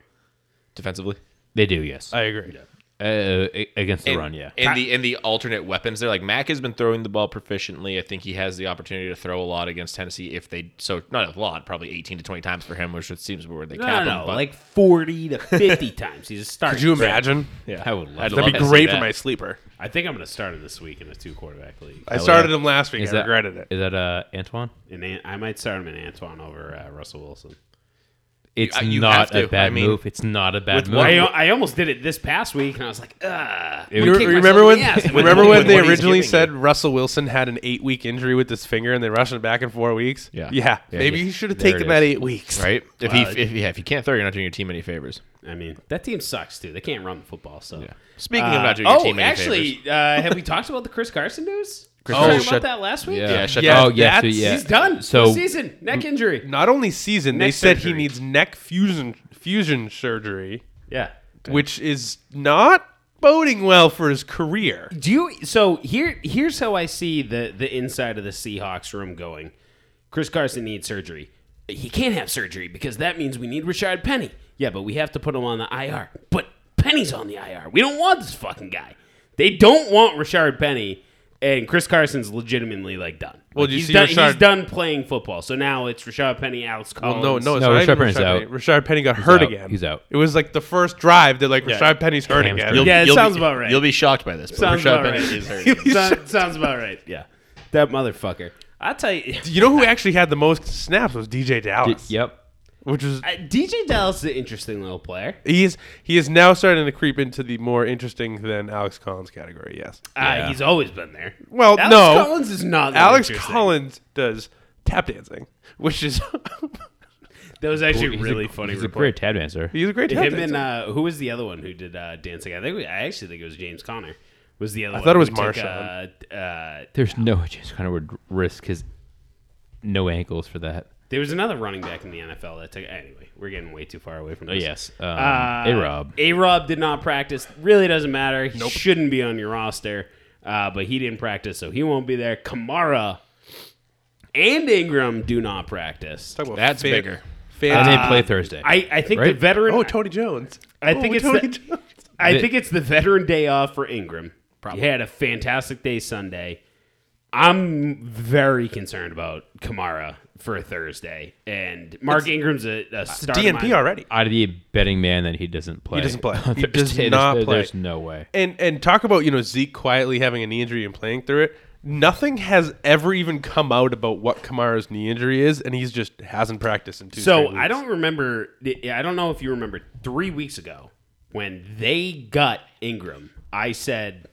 defensively.
They do, yes.
I agree.
Uh, a- against the
and,
run, yeah.
And the and the alternate weapons there, like Mack has been throwing the ball proficiently. I think he has the opportunity to throw a lot against Tennessee if they so not a lot, probably eighteen to twenty times for him, which it seems where they
no, no,
cap
no,
him. But
like forty to fifty times. He's a start.
Could you imagine?
yeah. I would love
I'd
that.
love
That'd
to
be
see
great
that.
for my sleeper.
I think I'm going to start him this week in a two quarterback league,
I started him last week.
Is that-
I regretted it.
Is that uh, Antoine?
and An- I might start him in Antoine over uh, Russell Wilson.
It's
uh,
I- you
not
have to.
a bad
I mean,
move. It's not a bad
with
move.
what-
I, I almost did it this past week, and I was like, ugh. I'm
You
gonna kick
remember
myself
when?
in the ass.
remember
with
when they
what he's
originally
giving you.
said Russell Wilson had an eight-week injury with his finger, and they rushed it back in four weeks?
Yeah.
yeah.
Yeah,
maybe
yeah.
he should have
There it
taken
is.
that eight weeks.
right? If he if, yeah, if you can't throw, you're not doing your team any favors.
I mean, that team sucks too. They can't run the football. So
Speaking
Uh,
of not doing your
oh,
team any
actually,
favors,
uh, have we talked about the Chris Carson news? Chris
Carson.
talking
shut-
about that last week.
yeah.
Yeah, shut
Yeah,
oh, yeah, so,
that's-
yeah.
he's done.
So
Full season neck injury.
Not only season, they
Neck
said
surgery.
he needs neck fusion fusion surgery.
Yeah.
which is not boding well for his career.
Do you? So here, here's how I see the the inside of the Seahawks room going. Chris Carson needs surgery. He can't have surgery because that means we need Richard Penny. Yeah, but we have to put him on the IR. But Penny's on the IR. We don't want this fucking guy. They don't want Richard Penny, and Chris Carson's legitimately like done.
Well,
Like,
did you
he's
see
done. He's
Richard-
done playing football. So now it's Richard Penny, Alex Collins.
No, no, it's
No,
not even
Rashard Penny's
Rashard
out.
Penny. Rashard Penny got hurt
out.
again.
He's out.
It was like the first drive. They're like, Rashard Penny's hurt
Hamstring.
again.
You'll-
yeah, it
you'll
sounds
be,
about right.
You'll be shocked by this. But
Sounds
Rashad
about
Penny
right.
is hurt.
Sound- sounds about right. Yeah, that motherfucker. I tell you,
you know who actually had the most snaps was DJ Dallas,
Yep.
which was
Uh, DJ Dallas is an interesting little player.
he is he is now starting to creep into the more interesting than Alex Collins category. Yes,
Uh, He's always been there.
Well,
Alex
no.
Collins is not. that
Alex
interesting.
Collins does tap dancing, which is
That was actually
He's a-
really funny.
He's
report.
a great tab dancer.
He's a great tap
Him and
dancer.
uh, who was the other one who did uh, dancing? I think we, I actually think it was James Conner. Was the other? I
thought it was
uh, uh,
There's no way James Conner would risk his no ankles for that.
there was another running back in the NFL that took. Anyway, we're getting way too far away from
Oh,
this.
yes. Um,
Uh,
A Rob.
A Rob Uh, did not practice. Really doesn't matter. He shouldn't be on your roster, uh, but he didn't practice, so he won't be there. Kamara and Ingram do not practice.
Talk about
That's
fan-
bigger.
I
Fan.
Uh,
didn't play Thursday.
I, I think
Right?
the veteran.
oh, Tony Jones.
I
Oh,
think it's
Tony
the-
Jones.
I
They-
think it's the veteran day off for Ingram. He had a fantastic day Sunday. I'm very concerned about Kamara for a Thursday, and Mark Ingram's a, a start of
DNP
mine.
already.
I'd be betting man that he doesn't play.
doesn't play.
on
He does
Thursday. There's-
not play.
There's no way.
And and talk about you know Zeke quietly having a knee injury and playing through it. Nothing has ever even come out about what Kamara's knee injury is, and he's just hasn't practiced in two.
So
straight
I
weeks.
don't remember. I don't know if you remember three weeks ago when they got Ingram. I said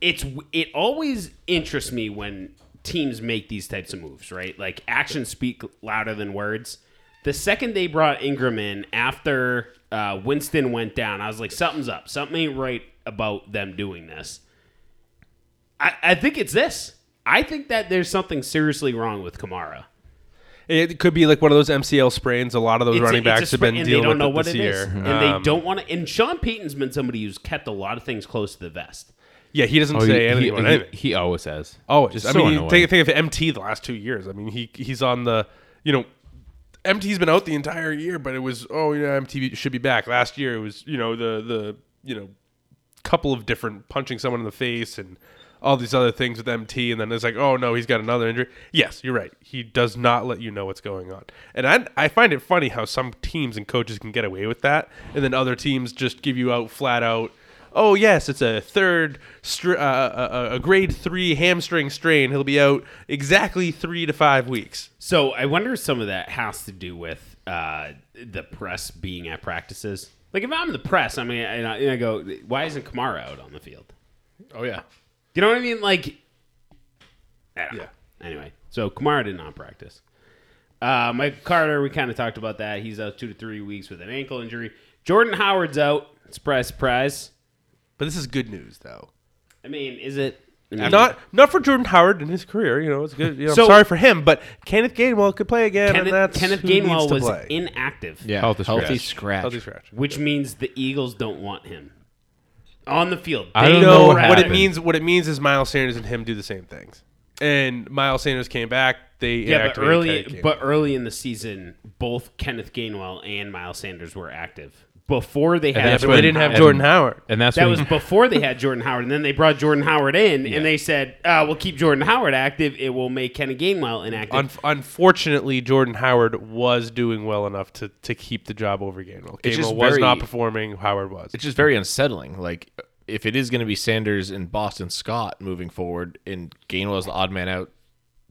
it's it always interests me when teams make these types of moves, right? Like actions speak louder than words. The second they brought Ingram in after uh, Winston went down, I was like, something's up. Something ain't right about them doing this. I, I think it's this. I think that there's something seriously wrong with Kamara.
It could be like one of those MCL sprains. A lot of those
It's a-
running
it's a
backs have
sprint,
been
and
dealing
they don't
with
know
it
what
this
it is,
year,
and
Um,
they don't want to. And Sean Payton's been somebody who's kept a lot of things close to the vest.
Yeah, he doesn't
Oh,
say
he,
anything.
he,
about
he-
anything.
he always has.
Always.
Just
I
so
mean,
annoying.
think, think of MT the last two years. I mean, he he's on the you know, MT's been out the entire year, but it was oh you know MT should be back. Last year it was you know the the you know couple of different punching someone in the face and all these other things with MT, and then it's like oh no he's got another injury. Yes, you're right. He does not let you know what's going on, and I I find it funny how some teams and coaches can get away with that, and then other teams just give you out flat out oh yes, it's a third, str- uh, uh, uh, a grade three hamstring strain. He'll be out exactly three to five weeks.
So I wonder if some of that has to do with uh, the press being at practices. Like if I'm the press, I mean, and I, and I go, why isn't Kamara out on the field?
Oh yeah.
You know what I mean? Like, I don't know. Anyway, so Kamara did not practice. Uh, Mike Carter, we kind of talked about that. He's out two to three weeks with an ankle injury. Jordan Howard's out. Surprise, surprise.
But this is good news, though.
I mean, is it? I mean-
Not not for Jordan Howard in his career. You know, it's good. You know,
So-
I'm sorry for him, but Kenneth Gainwell could play again, and
Kenneth,
that's
Kenneth
who needs
Gainwell
to
was
play.
inactive,
Yeah.
Healthy
Healthy
scratch.
scratch.
Healthy scratch.
which means the Eagles don't want him on the field.
I
They
don't
No,
know
know
what,
what
it
happened.
means. What it means is Miles Sanders and him do the same things, and Miles Sanders came back. They
Yeah, but
inactivated Kenneth
early,
Gainwell.
but early in the season, both Kenneth Gainwell and Miles Sanders were active before they had.
that's
but
when-
they didn't have
and-
Jordan Howard.
And that's
That
when
was before they had Jordan Howard, and then they brought Jordan Howard in, and they said, uh, "We'll keep Jordan Howard active. It will make Kenneth Gainwell inactive."
Un- unfortunately, Jordan Howard was doing well enough to, to keep the job over Gainwell.
It's just
Gainwell was
very-
not performing. Howard was.
It's just very unsettling. Like if it is going to be Sanders and Boston Scott moving forward, and Gainwell's the odd man out,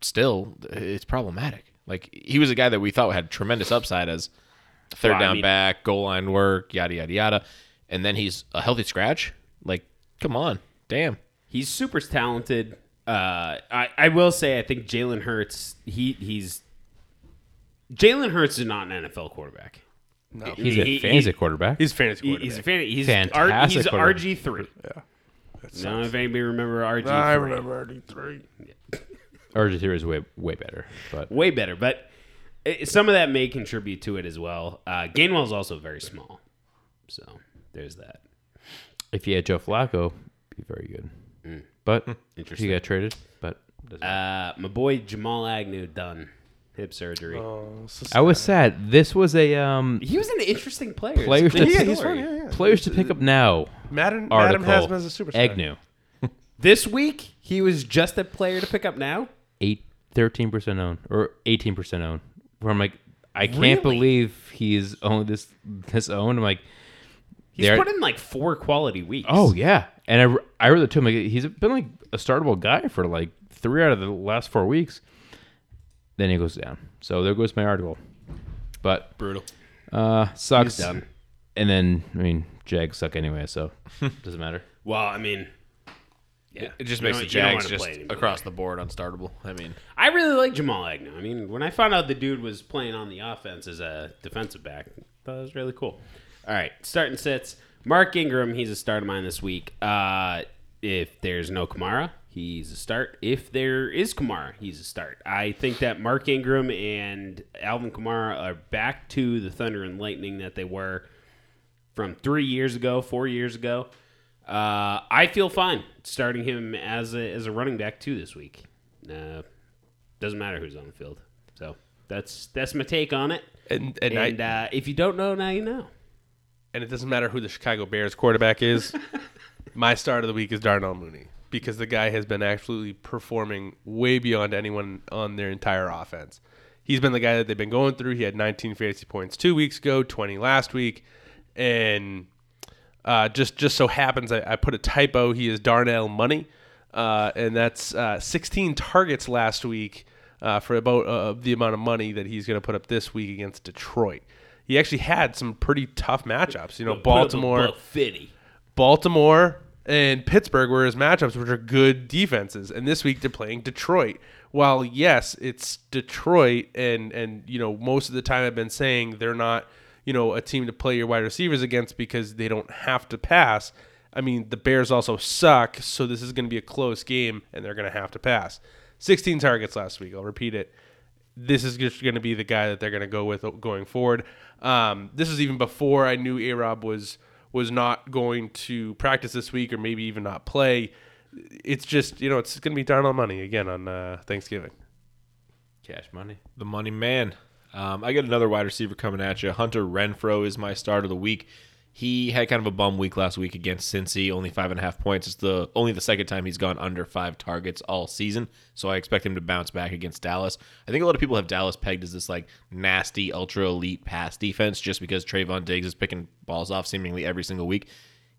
still it's problematic. Like he was a guy that we thought had tremendous upside as third
I
down
mean-
back, goal line work, yada yada yada, and then he's a healthy scratch. Like come on, damn.
He's super talented. Uh, I I will say I think Jalen Hurts he he's Jalen Hurts is not an NFL quarterback. No,
he's a fantasy quarterback.
He's fantasy quarterback.
e, He's a fan. He's
Fantastic
R, he's
quarterback.
RG three. Yeah, I don't know if anybody remember RG.
I remember RD three.
RG3 is way way better. But
way better, but it, some of that may contribute to it as well. Uh, Gainwell's also very small, so there's that.
if you had Joe Flacco, be very good.
Hmm.
But
Interesting.
he got traded. But
Uh, my boy Jamal Agnew done hip surgery.
Uh, Oh,
I was sad. This was a um
He was an interesting player. It's a
Players
cool
to- Yeah,
he's
story.
fun, yeah, yeah.
players to pick up now.
Madden, Madam
Article.
has him as a superstar.
Agnew,
This week he was just a player to pick up now.
eight, 13 percent owned or eighteen percent owned. Where I'm like, I can't
Really?
believe he's owned this this owned. I'm like,
He's
There-
put in like four quality weeks.
Oh yeah, and I I read it to him. Like, he's been like a startable guy for like three out of the last four weeks. Then he goes down. So there goes my article. But
Brutal.
uh, sucks.
done.
And then I mean, Jags suck anyway, so doesn't matter.
Well, I mean, Yeah.
It just
You
makes the
don't- you don't
Jags
wanna
just
play anymore.
across the board unstartable. I mean,
I really like Jamal Agnew. I mean, when I found out the dude was playing on the offense as a defensive back, I thought that was really cool. All right, starting sets. Mark Ingram, he's a start of mine this week. Uh, if there's no Kamara, he's a start. If there is Kamara, he's a start. I think that Mark Ingram and Alvin Kamara are back to the thunder and lightning that they were from three years ago, four years ago. Uh, I feel fine starting him as a, as a running back too this week. Uh, doesn't matter who's on the field. So that's that's my take on it.
And and,
And
I,
uh, if you don't know now, you know.
and it doesn't matter who the Chicago Bears quarterback is. my start of the week is Darnell Mooney because the guy has been absolutely performing way beyond anyone on their entire offense. He's been the guy that they've been going through. He had 19 fantasy points two weeks ago, 20 last week, and uh, just just so happens I, I put a typo. He is Darnell Money, uh, and that's uh, 16 targets last week uh, for about uh, the amount of money that he's going to put up this week against Detroit. He actually had some pretty tough matchups. You know, Baltimore,
Fitty.
Baltimore and Pittsburgh were his matchups, which are good defenses. And this week they're playing Detroit. While yes, it's Detroit, and and you know most of the time I've been saying they're not you know a team to play your wide receivers against because they don't have to pass. I mean the Bears also suck, so this is going to be a close game, and they're going to have to pass. 16 targets last week. I'll repeat it this is just going to be the guy that they're going to go with uh, going forward. Um, this is even before I knew A Rob was was not going to practice this week or maybe even not play. It's just you know it's going to be Darnell Money again on uh, Thanksgiving.
Cash money.
the money man. Um, I got another wide receiver coming at you. Hunter Renfro is my start of the week. He had kind of a bum week last week against Cincy, only five and a half points. It's the only the second time he's gone under five targets all season. So I expect him to bounce back against Dallas. I think a lot of people have Dallas pegged as this like nasty, ultra elite pass defense just because Trayvon Diggs is picking balls off seemingly every single week.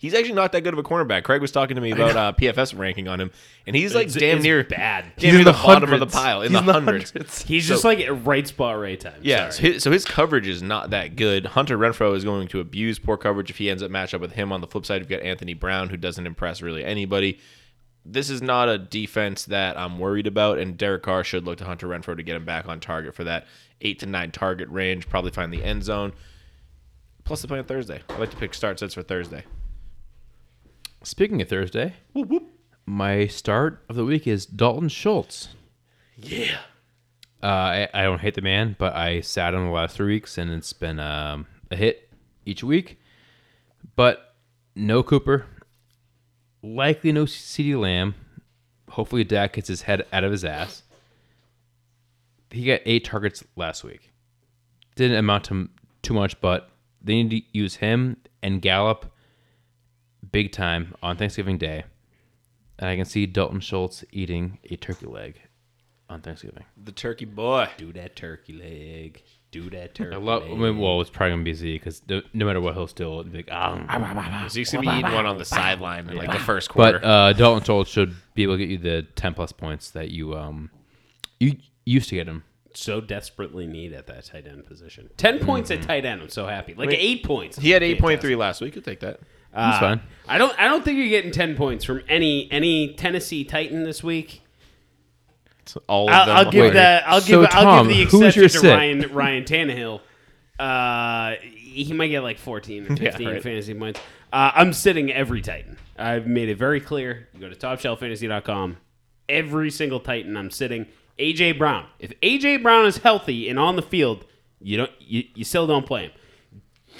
He's actually not that good of a cornerback. Craig was talking to me about uh, PFS ranking on him, and he's like damn
it's
near
bad.
Damn near the, bottom of the pile in
He's
the, hundreds.
He's just like at right spot, right time.
Yeah, so
Sorry.
his, so his coverage is not that good. Hunter Renfro is going to abuse poor coverage if he ends up matched up with him. On the flip side, you've got Anthony Brown, who doesn't impress really anybody. This is not a defense that I'm worried about, and Derek Carr should look to Hunter Renfro to get him back on target for that eight to nine target range, probably find the end zone. Plus, they play on Thursday. I like to pick start sets for Thursday.
Speaking of Thursday, my start of the week is Dalton Schultz. Yeah. Uh, I, I don't hate the man, but I sat him the last three weeks, and it's been um, a hit each week. But no Cooper, likely no CD Lamb. Hopefully, Dak gets his head out of his ass. He got eight targets last week. Didn't amount to m- too much, but they need to use him and Gallup big time on Thanksgiving Day, and I can see Dalton Schultz eating a turkey leg on Thanksgiving.
The turkey boy.
Do that turkey leg. Do that turkey.
I love. I mean, well, it's probably gonna be Z because no, no matter what, he'll still be like, ah.
Zeke's gonna be eating one on the sideline in like the first quarter.
But uh, Dalton Schultz should be able to get you the ten plus points that you um you used to get him.
so desperately need at that tight end position. 10 points at tight end. I'm so happy. Like eight points.
Mm-hmm. he had eight point three last week. You'll take that.
That's fine.
I don't. I don't think you're getting ten points from any any Tennessee Titan this week.
It's all of them.
I'll, I'll give
Wait.
that. I'll give.
So,
I'll give the
Tom, who's
exception
your
to
sit?
Ryan Ryan Tannehill. Uh, he might get like fourteen or fifteen
right.
fantasy points. Uh, I'm sitting every Titan. I've made it very clear. You go to TopShelfFantasy.com. Every single Titan I'm sitting. AJ Brown. If AJ Brown is healthy and on the field, you don't. You, you still don't play him.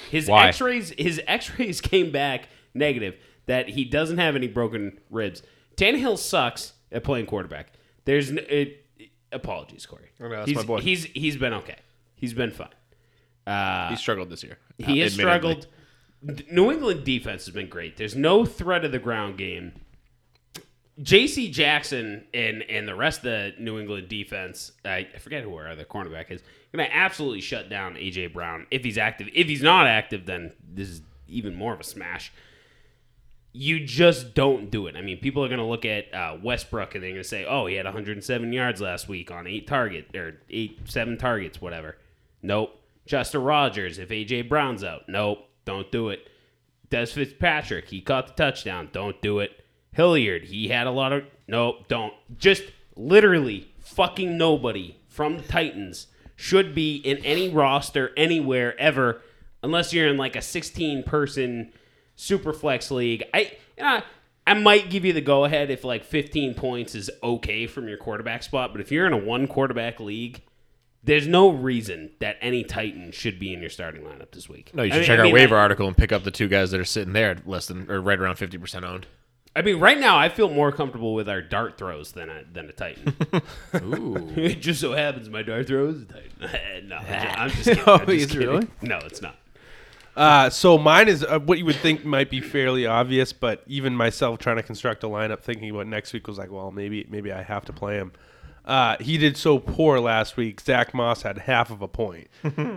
His
Why?
X-rays, his X-rays came back negative that he doesn't have any broken ribs. Tannehill sucks at playing quarterback. There's n- it, apologies, Corey.
Oh, that's
he's,
my boy.
He's he's been okay. He's been fine.
he struggled this year. Uh,
He has
Admittedly.
struggled. N- New England defense has been great. There's no threat of the ground game. J.C. Jackson and and the rest of the New England defense, I, I forget who our other cornerback is, going to absolutely shut down A.J. Brown if he's active. If he's not active, then this is even more of a smash. You just don't do it. I mean, people are going to look at uh, Westbrook and they're going to say, "Oh, he had 107 yards last week on eight target or eight seven targets, whatever." Nope. Chester Rogers, if A.J. Brown's out, nope, don't do it. Des Fitzpatrick, he caught the touchdown. Don't do it. Hilliard, he had a lot of no, don't. Just literally fucking nobody from the Titans should be in any roster anywhere ever unless you're in like a 16 person super flex league. I and I I might give you the go ahead if like 15 points is okay from your quarterback spot, but if you're in a one quarterback league, there's no reason that any Titan should be in your starting lineup this week.
No, you
I
should
mean-
check
I
our
mean,
waiver
I-
article and pick up the two guys that are sitting there at less than or right around fifty percent owned.
I mean, right now I feel more comfortable with our dart throws than a than a Titan.
Ooh.
it just so happens my dart throw is a Titan. no, I'm just kidding.
Oh,
I'm just
is it
kidding.
really?
No, it's not.
Uh, so mine is uh, what you would think might be fairly obvious, but even myself trying to construct a lineup, thinking about next week was like, well, maybe maybe I have to play him. Uh, he did so poor last week. Zach Moss had half of a point.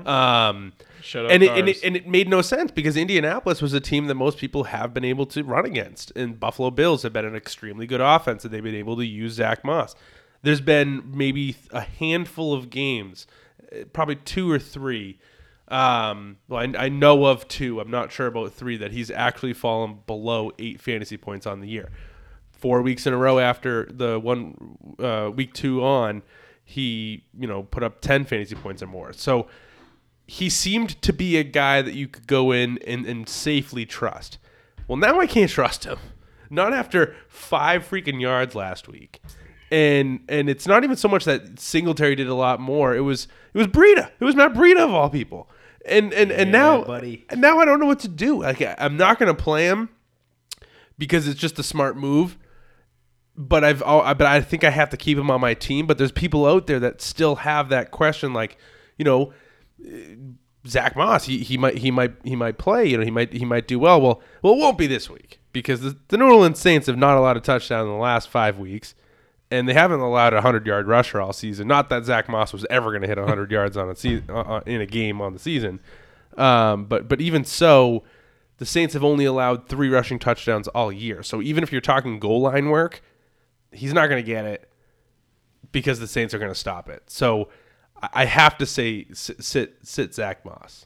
um,
Shut
and it, and, it, and it made no sense because Indianapolis was a team that most people have been able to run against, and Buffalo Bills have been an extremely good offense, and they've been able to use Zach Moss. There's been maybe a handful of games, eh, probably two or three. Um, well, I, I know of two. I'm not sure about three that he's actually fallen below eight fantasy points on the year four weeks in a row after the one uh, week two on, he you know put up ten fantasy points or more. So he seemed to be a guy that you could go in and, and safely trust. Well, now I can't trust him. Not after five freaking yards last week. And and it's not even so much that Singletary did a lot more. It was it was Breida. It was Matt Breida of all people. And and, and now
buddy.
and now I don't know what to do. Like I, I'm not gonna play him because it's just a smart move. But I've al- I- but I think I have to keep him on my team. But there's people out there that still have that question, like you know, eh, Zach Moss. He, he might he might he might play. You know, he might he might do well. Well, well, it won't be this week because the, the New Orleans Saints have not allowed a touchdown in the last five weeks, and they haven't allowed a hundred yard rusher all season. Not that Zach Moss was ever going to hit hundred yards on a season uh, uh, in a game on the season. Um, but but even so, the Saints have only allowed three rushing touchdowns all year. So even if you're talking goal line work, he's not going to get it because the Saints are going to stop it. So I I have to say sit sit, sit Zach Moss.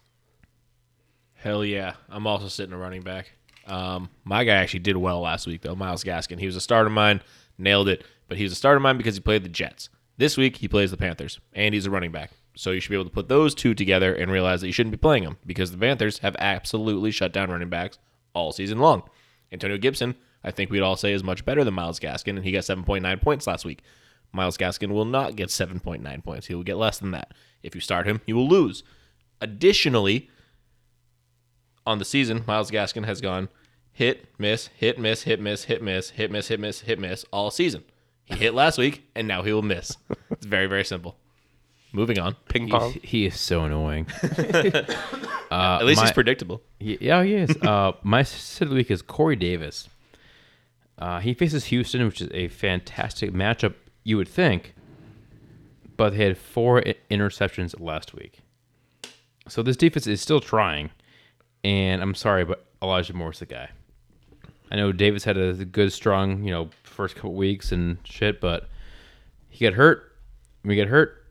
Hell yeah. I'm also sitting a running back. Um, my guy actually did well last week, though, Miles Gaskin. He was a starter of mine, nailed it, but he was a starter of mine because he played the Jets. This week, he plays the Panthers, and he's a running back. So you should be able to put those two together and realize that you shouldn't be playing them because the Panthers have absolutely shut down running backs all season long. Antonio Gibson, I think we'd all say, is much better than Miles Gaskin, and he got 7.9 points last week. Miles Gaskin will not get 7.9 points. He will get less than that. If you start him, you will lose. Additionally, on the season, Miles Gaskin has gone hit, miss, hit, miss, hit, miss, hit, miss, hit, miss, hit, miss, hit, miss all season. He hit last week, and now he will miss. It's very, very simple. Moving on.
Ping pong.
He is so annoying.
At least he's
my-
predictable.
Ye- Yeah, he is. uh, my sit of the week is Corey Davis. Uh, he faces Houston, which is a fantastic matchup, you would think, but they had four i- interceptions last week. So this defense is still trying, and I'm sorry, but Elijah Moore's the guy. I know Davis had a good, strong, you know, first couple weeks and shit, but he got hurt. We got hurt.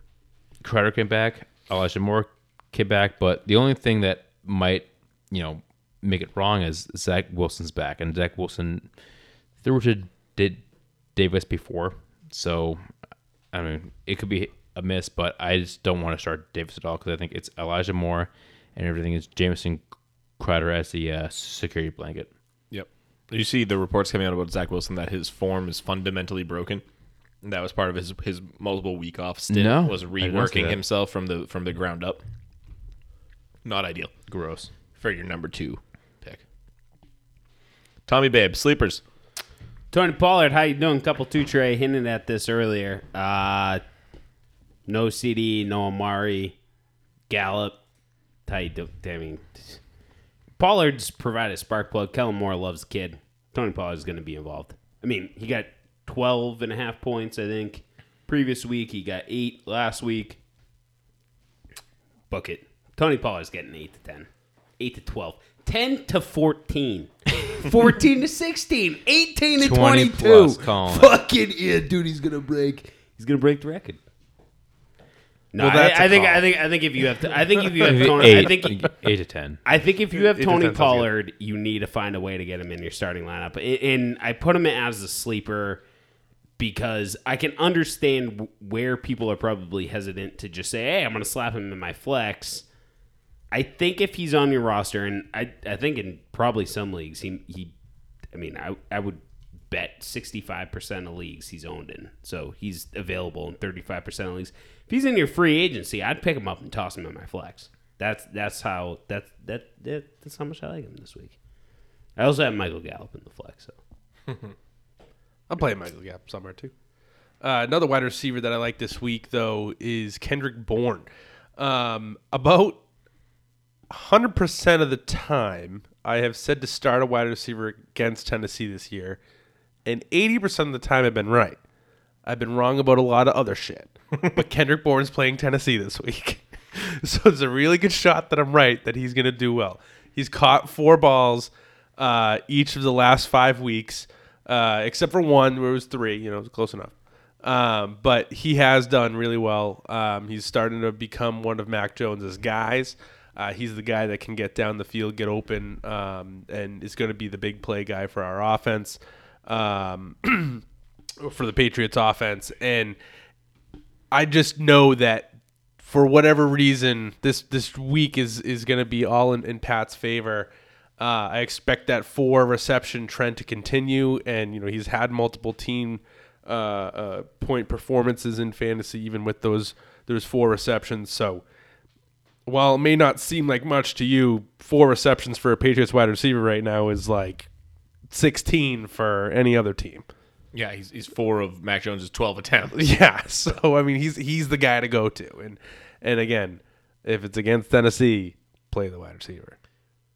Crowder came back. Elijah Moore came back. But the only thing that might, you know, make it wrong is Zach Wilson's back. And Zach Wilson threw to did Davis before. So, I mean, it could be a miss, but I just don't want to start Davis at all because I think it's Elijah Moore and everything is Jameson Crowder as the uh, security blanket.
Yep. You see the reports coming out about Zach Wilson that his form is fundamentally broken. And That was part of his his multiple week off stint.
No,
was
I didn't see
reworking
that.
himself from the from the ground up. Not ideal
Gross.
for your number two pick. Tommy Babe sleepers.
Tony Pollard, how you doing? Couple two Trey hinted at this earlier. Uh, no CD, no Amari, Gallup. How you do- I mean, Pollard's provided a spark plug. Kellen Moore loves the kid. Tony Pollard's going to be involved. I mean, he got 12 and a half points, I think. Previous week, he got eight. Last week, book it. Tony Pollard's getting 8 to 10. 8 to 12. 10 to 14. 14 to 16. 18 to
20
22.
plus, Colin.
Fucking yeah, dude, he's going to break. He's going to break the record. No,
Well, that's a
I, I think
call.
I think I think if you have to, I think if you have Tony, I
eight,
think
eight to ten.
I think if you have
It
Tony
depends how good.
Pollard, you need to find a way to get him in your starting lineup. And- And I put him as a sleeper because I can understand w- where people are probably hesitant to just say, "Hey, I'm going to slap him in my flex." I think if he's on your roster, and I, I think in probably some leagues, he, he I mean, I, I would bet 65% of leagues he's owned in. So he's available in 35% of leagues. If he's in your free agency, I'd pick him up and toss him in my flex. That's that's how that's that, that that's how much I like him this week. I also have Michael Gallup in the flex. So
I'm playing Michael Gallup somewhere too. Uh, another wide receiver that I like this week though is Kendrick Bourne. Um, about 100% of the time I have said to start a wide receiver against Tennessee this year, and 80% of the time I've been right. I've been wrong about a lot of other shit. but Kendrick Bourne's playing Tennessee this week. so it's a really good shot that I'm right that he's going to do well. He's caught four balls uh, each of the last five weeks, uh, except for one where it was three. You know, it was close enough. Um, but he has done really well. Um, he's starting to become one of Mac Jones's guys. Uh, he's the guy that can get down the field, get open, um, and is going to be the big play guy for our offense. Um, for the Patriots offense. And I just know that for whatever reason, this this week is is going to be all in, in Pat's favor. Uh, I expect that four reception trend to continue, and you know he's had multiple team uh, uh, point performances in fantasy, even with those those four receptions. So while it may not seem like much to you, four receptions for a Patriots wide receiver right now is like sixteen for any other team.
Yeah, he's, he's four of Mac Jones's twelve attempts.
Yeah, so I mean, he's he's the guy to go to, and and again, if it's against Tennessee, play the wide receiver.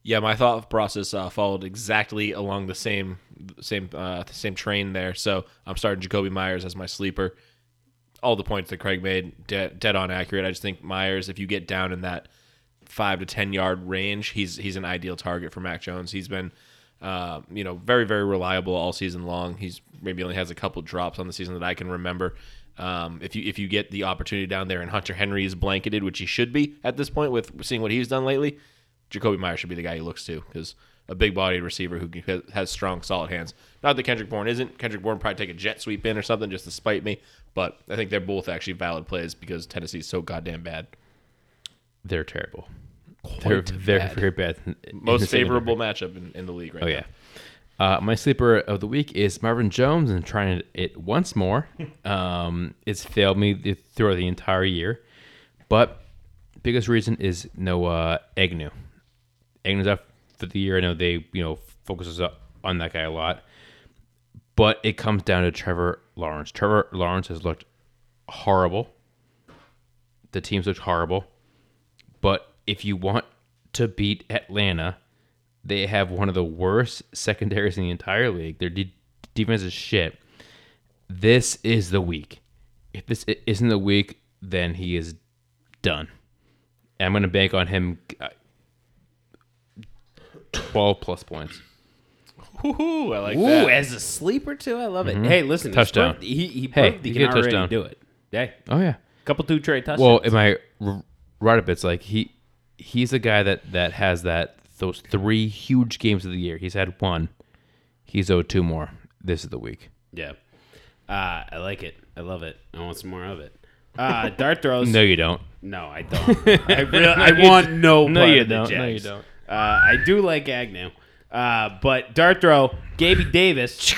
Yeah, my thought process uh, followed exactly along the same same uh, the same train there. So I'm starting Jacoby Myers as my sleeper. All the points that Craig made de- dead on accurate. I just think Myers, if you get down in that five to ten yard range, he's he's an ideal target for Mac Jones. He's been uh, you know very very reliable all season long. He's maybe only has a couple drops on the season that I can remember. Um, if you if you get the opportunity down there and Hunter Henry is blanketed, which he should be at this point with seeing what he's done lately, Jacoby Myers should be the guy he looks to because a big bodied receiver who can- has strong, solid hands. Not that Kendrick Bourne isn't. Kendrick Bourne probably take a jet sweep in or something just to spite me, but I think they're both actually valid plays because Tennessee's so goddamn bad.
They're terrible. They're very
bad.
very bad. in- in
Most
this segment.
favorable matchup in, in the league right
Oh
now.
yeah. Uh, my sleeper of the week is Marvin Jones, and trying it once more. Um, it's failed me th- throughout the entire year, but biggest reason is no uh, Agnew. Agnew's out for the year. I know they you know focuses up on that guy a lot, but it comes down to Trevor Lawrence. Trevor Lawrence has looked horrible. The team's looked horrible, but if you want to beat Atlanta, they have one of the worst secondaries in the entire league. Their de- defense is shit. This is the week. If this i- isn't the week, then he is done. And I'm going to bank on him uh, 12 plus points.
Ooh, I like
ooh,
that.
as a sleeper too, I love it. Hey, listen, he's
Touchdown.
proved- he he
Hey,
proved he
he
can
did
already
touchdown.
do it. Hey,
Oh, yeah.
couple two trade touchdowns.
Well, in my r- write up, it's like he he's a guy that, that has that those three huge games of the year. He's had one. He's owed two more. This is the week.
yeah, uh, I like it. I love it. I want some more of it. Uh, dart throws.
No, you don't.
No, I don't. I really, I want no.
No,
part
you
of the
don't. No, you
Jags.
don't.
Uh, I do like Agnew, uh, but dart throw, Gaby Davis.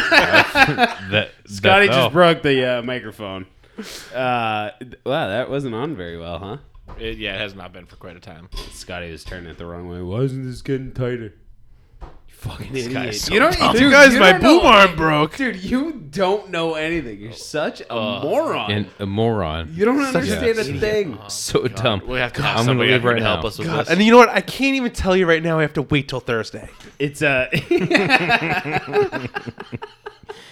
That,
Scotty
that-
just
oh.
broke the uh, microphone. Uh, th- wow, that wasn't on very well, huh?
It- yeah, it has not been for quite a time.
Scotty was turning it the wrong way. Why isn't this getting tighter? You fucking idiot!
is so
you don't,
dumb.
dude,
You guys, my
don't know-
boom arm broke.
dude. You don't know anything. You're such a moron.
Oh. Uh, and a Uh-huh. moron.
you don't understand a thing.
so dumb.
We have to have
I'm gonna
somebody
leave
out here
right
to help
now.
us with
God,
this.
and you know what? I can't even tell you right now. I have to wait till Thursday.
It's uh,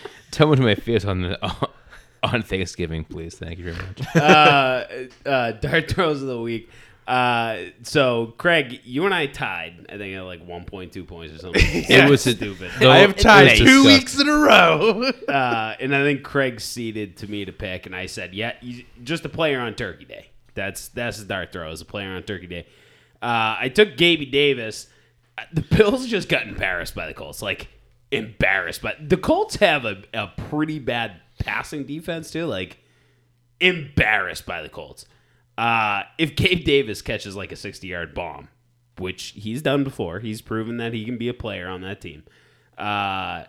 Tell me to my face on the on Thanksgiving, please. Thank you very much.
uh, uh, dart throws of the week. Uh, so Craig, you and I tied. I think at like 1.2 points or something.
It was a-
stupid.
the-
I have
Oh, it
tied
was
two
disgusting.
weeks in a row.
uh, and I think Craig ceded to me to pick, and I said, "Yeah, you, just a player on Turkey Day. That's that's his dart throw as a player on Turkey Day." Uh, I took Gaby Davis. Uh, The Bills just got embarrassed by the Colts, like embarrassed. But the Colts have a, a pretty bad passing defense too, like embarrassed by the Colts. Uh, if Gabe Davis catches like a 60 yard bomb, which he's done before, he's proven that he can be a player on that team. Uh,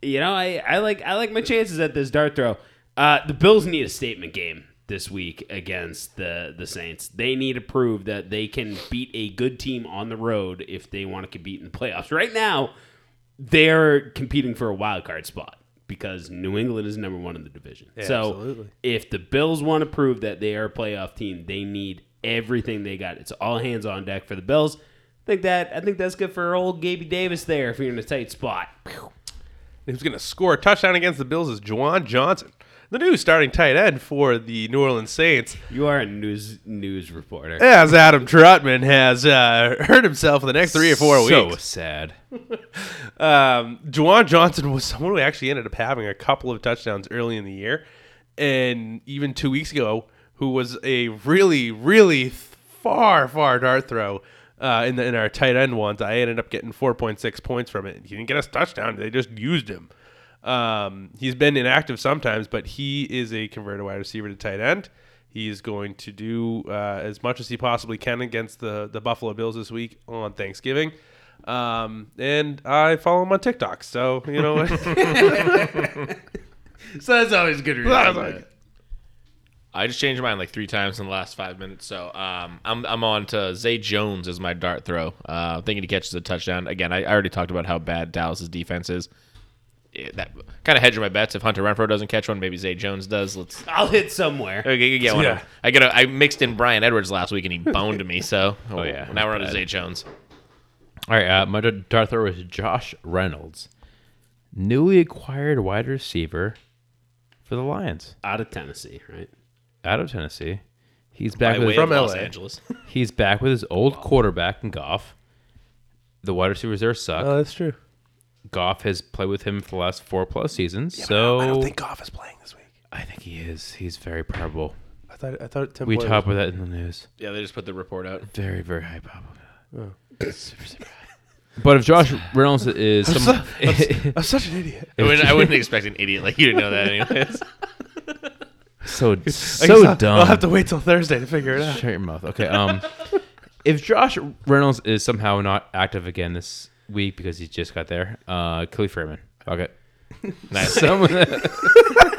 you know, I, I like I like my chances at this dart throw. Uh, the Bills need a statement game this week against the the Saints. They need to prove that they can beat a good team on the road if they want to compete in the playoffs. Right now, they're competing for a wild card spot because New England is number one in the division. so
absolutely.
if the Bills want to prove that they are a playoff team, they need everything they got. It's all hands on deck for the Bills. I think that I think that's good for old Gaby Davis there if you're in a tight spot.
Who's going to score a touchdown against the Bills is Juwan Johnson, the new starting tight end for the New Orleans Saints.
You are a news news reporter.
As Adam Trotman has uh, hurt himself for the next three or four
so
weeks.
sad.
um, Juwan Johnson was someone who actually ended up having a couple of touchdowns early in the year, and even two weeks ago, who was a really, really th- far, far dart throw uh, in the, in our tight end ones. I ended up getting four point six points from it. He didn't get us touchdown. They just used him. Um, he's been inactive sometimes, but he is a converted wide receiver to tight end. He is going to do uh, as much as he possibly can against the, the Buffalo Bills this week on Thanksgiving. Um, and I follow him on TikTok, so you know.
So that's always good.
I just changed mine like three times in the last five minutes. So um, I'm, I'm on to Zay Jones as my dart throw. Uh, I'm thinking he catches a touchdown. Again, I, I already talked about how bad Dallas's defense is. Yeah, that kind of hedging my bets. If Hunter Renfro doesn't catch one, maybe Zay Jones does. Let's
I'll hit somewhere.
okay, you get one.
Yeah.
I got. A, I mixed in Brian Edwards last week and he boned me. So oh
yeah,
now we're on to Zay Jones.
All right, uh, my dart thrower is Josh Reynolds, newly acquired wide receiver for the Lions
Out of Tennessee, right?
out of Tennessee. He's
By
back
way
with
from
From
Los
LA.
Angeles.
he's back with his old quarterback in Goff. The wide receivers there suck.
Uh,
Oh, that's true.
Goff has played with him for the last four plus seasons, so
I don't think Goff is playing this week.
I think he is. He's very probable.
I thought I thought Tim
We
Boyle
talked about that in the news.
yeah, they just put the report out.
Very, very high probable.
Oh.
Super, super high. But if Josh Reynolds is some,
was- I'm such an idiot.
I wouldn't, I wouldn't expect an idiot like you to know that, anyways.
so
I guess
so
I'll-
dumb,
I'll have to wait till Thursday to figure it out.
shut your mouth. Okay. Um, if Josh Reynolds is somehow not active again this week because he just got there, uh, Kelly Freeman. Okay.
Nice.
Someone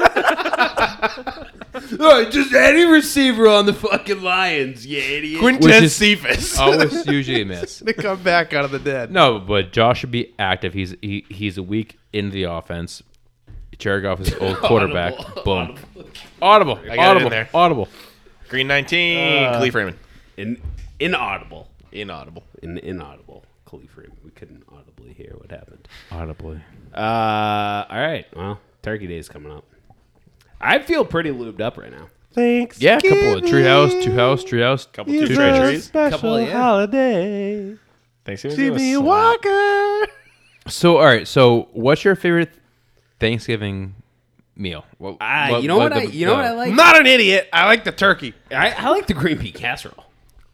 just any receiver on the fucking Lions, you idiot.
Which
Quintus
is- Oh.
Cephas
always usually a miss.
to come back out of the dead.
No, but Josh should be active. He's he, he's a week into the offense. Jared Goff is his old quarterback. Boom. Audible.
I got it in
Audible.
there.
Audible.
Green 19, uh, Freeman.
In, inaudible.
Inaudible.
In, inaudible. Khalif Raymond. We couldn't audibly hear what happened.
Audibly.
Uh, all right. Well, Turkey Day's coming up. I feel pretty lubed up right now.
Thanks.
Yeah, a couple of treehouse, two house, tree house, couple
It's
two
a
treasuries.
special
Couple of- yeah.
holiday.
Thanksgiving.
Jimmy Walker.
So all right, so what's your favorite Thanksgiving meal? What,
Ah, you know what, I
the-
you know what I
the-
like?
Not an idiot. I like the turkey.
Mm. I, I like the green pea casserole.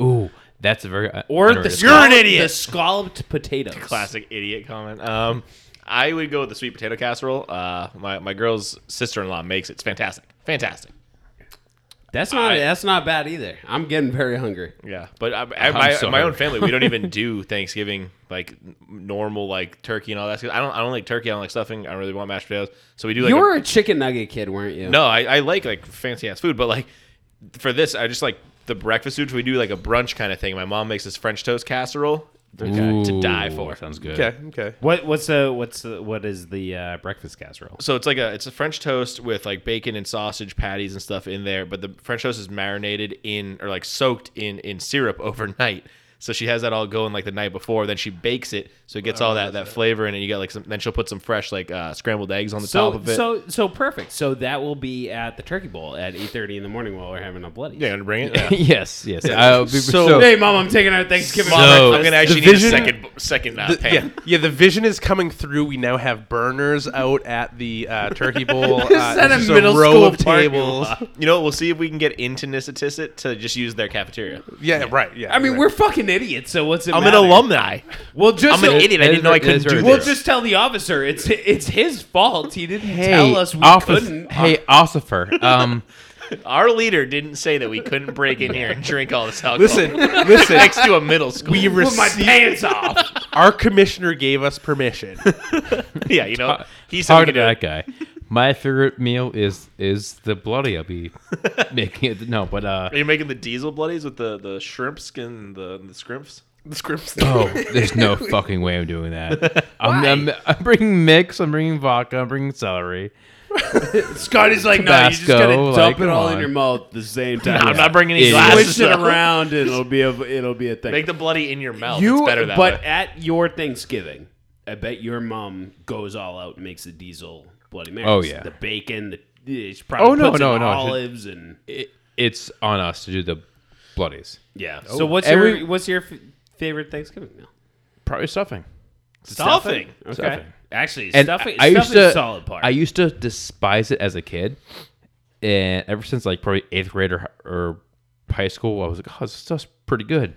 Ooh, that's a very
Or the
underrated-
You're an
scallop-
idiot.
The scalloped potatoes.
Classic idiot comment. Um, I would go with the sweet potato casserole. Uh, my, my girl's sister in law makes it. It's fantastic. Fantastic.
That's not
I-
that's not bad either. I'm getting very hungry.
Yeah. But I, I, my,
sorry.
my own family, we don't even do Thanksgiving, like n- normal, like turkey and all that. 'Cause I don't, I don't like turkey. I don't like stuffing. I don't really want mashed potatoes. So we do like.
you
a-
were a chicken nugget kid, weren't you?
No, I, I like like fancy ass food, but like for this, I just like the breakfast food. We do like a brunch kind of thing. My mom makes this French toast casserole to
Ooh,
die for.
Sounds good.
Okay. Okay.
What what's a what's a, what is the uh, breakfast casserole?
So it's like a it's a French toast with like bacon and sausage patties and stuff in there, but the French toast is marinated in or like soaked in in syrup overnight. So she has that all going like the night before. Then she bakes it, so it gets all that, that flavor in it. You got like some. Then she'll put some fresh like uh, scrambled eggs on the
So
top of it.
so so perfect. So that will be at the Turkey Bowl at eight thirty in the morning while we're having a bloody.
yeah, and bring it. Yeah.
yes, yes. I'll be, so,
Hey, mom, I'm taking our Thanksgiving.
So-
breakfast.
I'm gonna actually
The
need a
vision-
second second uh,
The-
pan.
yeah, yeah. The vision is coming through. We now have burners out at the uh, turkey bowl. uh,
at a
just
middle
row
school
of
parking
tables.
lot.
You know, we'll see if we can get into Nissitissit to just use their cafeteria.
Yeah, right. Yeah.
I mean,
right.
we're fucking idiots. So what's it?
I'm an
matter?
alumni.
We'll just
I'm an idiot. I
That
didn't
is
know I
right- that
couldn't
is
do
right.
this.
We'll just tell the officer it's it's his fault. He didn't tell us we
office-
couldn't.
Hey, Ossifer. Um,
Our leader didn't say that we couldn't break in here and drink all this alcohol.
listen, listen.
next to a middle school.
we
Put my
received,
pants off.
our commissioner gave us permission.
yeah, you know, he said
talking
we could
to
do
that
it.
guy. My favorite meal is is the bloody. I'll be making it. No, but uh,
Are you making the diesel bloodies with the the shrimp skin and the the scrimps?
the scripts.
Oh, there's no fucking way I'm doing that. I'm, I'm, I'm bringing mix. I'm bringing vodka. I'm bringing celery.
Scotty's like, no, you just
Tabasco,
gotta dump
like,
it all
come
in
on.
your mouth at the same time.
I'm not bringing any
Idiot.
glasses.
Switch it
though.
around, and it'll be a it'll be a thing.
Make the bloody in your mouth.
you,
it's better that
but
way.
at your Thanksgiving, I bet your mom goes all out and makes the diesel Bloody Marys.
Oh, yeah.
the bacon. The, she probably
Oh, no,
puts
no,
in
no, she-
olives and
It, it's on us to do the bloodies.
yeah. so what's
Every-
your what's your f- favorite Thanksgiving meal?
Probably stuffing.
Stuffing.
Okay,
Stuffing.
actually,
And
stuffing.
I, I used
stuffing's
to
a solid part.
I used to despise it as a kid, and ever since like probably eighth grade or, or high school, I was like, oh, this stuff's pretty good.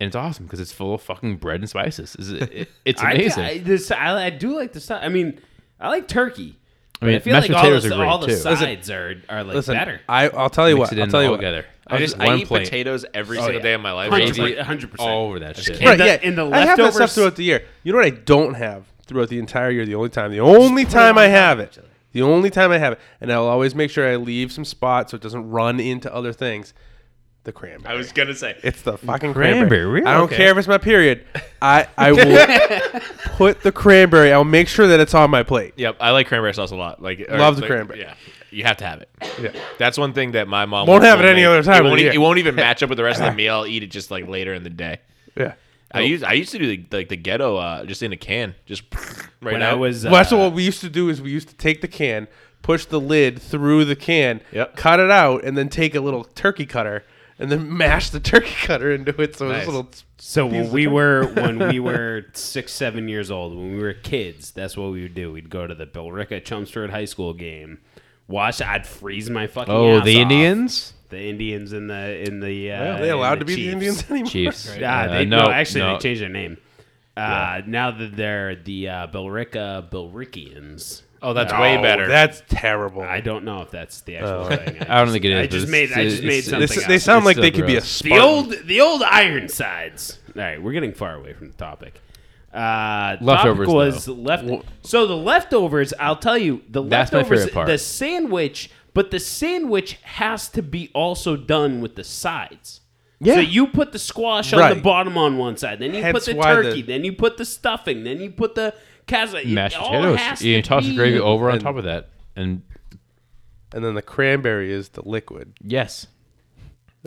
And it's awesome because it's full of fucking bread and spices. It's, it- it's
I-
amazing.
I, this, I, I do like the stuff. I mean, I like turkey.
I mean,
I feel
mashed
like all,
potatoes
the,
are great
all the
too.
sides are, are like
listen,
better.
I, I'll tell you
Mix
what.
it
I'll
in
tell you
all
what.
together.
I just I eat potatoes
Oh,
every single
yeah.
day of my life.
Hundred
It's like-
percent.
All
Hundred percent.
over that shit.
can't-
Right,
And
yeah.
the- and the
I have that stuff
leftovers-
throughout the year. You know what I don't have throughout the entire year? The only time, the only time I have it, the only time I have it, and I'll always make sure I leave some spot so it doesn't run into other things. The cranberry.
I was gonna say
It's the fucking
Cranberry,
cranberry.
really?
I don't
Okay.
care if it's my period. I I will put the cranberry. I'll make sure that it's on my plate.
Yep, I like cranberry sauce a lot. Like or,
Love the
like,
cranberry.
Yeah, you have to have it.
Yeah.
That's one thing that my mom
Won't have it any
make.
other time of
It
the
won't, e-
year.
it won't even match up with the rest of the meal. I'll eat it just like later in the day.
Yeah.
I used I used to do the, like the ghetto uh, just in a can, just right
When
out.
I was uh,
Well, that's what we used to do is we used to take the can, push the lid through the can,
Yep.
cut it out, and then take a little turkey cutter and then mash the turkey cutter into it. So
Nice.
it's little.
So when we were when we were six seven years old when we were kids that's what we would do we'd go to the Billerica Chelmsford High School game watch I'd freeze my fucking
Oh,
ass
the
off.
Indians,
the Indians in the in the uh,
Are they
and
allowed to
the
be the
Chiefs.
Indians anymore?
Chiefs.
Ah,
Uh,
they, no, actually
no.
they changed their name uh, now that they're the uh, Billerica Billrickians
oh, that's way better.
That's terrible.
I don't think that's the actual thing
Oh. I don't think it is.
I
but
just
it's-
made- I
it's-
just made
it's-
They,
something
s-
up.
they sound
It's
like
still
they could be a
gross.
the
Spartan.
old the old Ironsides. All right, we're getting far away from the topic. Uh,
Leftovers,
topic was
though.
left. So the leftovers, I'll tell you, the
That's my
leftovers,
favorite part.
the sandwich, but the sandwich has to be also done with the sides. Yeah. So you put the squash on the
Right.
bottom on one side, then you
Hence
put the
why the-
turkey, then you put the stuffing, then you put the casa.
mashed
it all has
potatoes. You
to
toss the
be-
gravy oh, over on
And-
top of that, and
and then the cranberry is the liquid.
yes.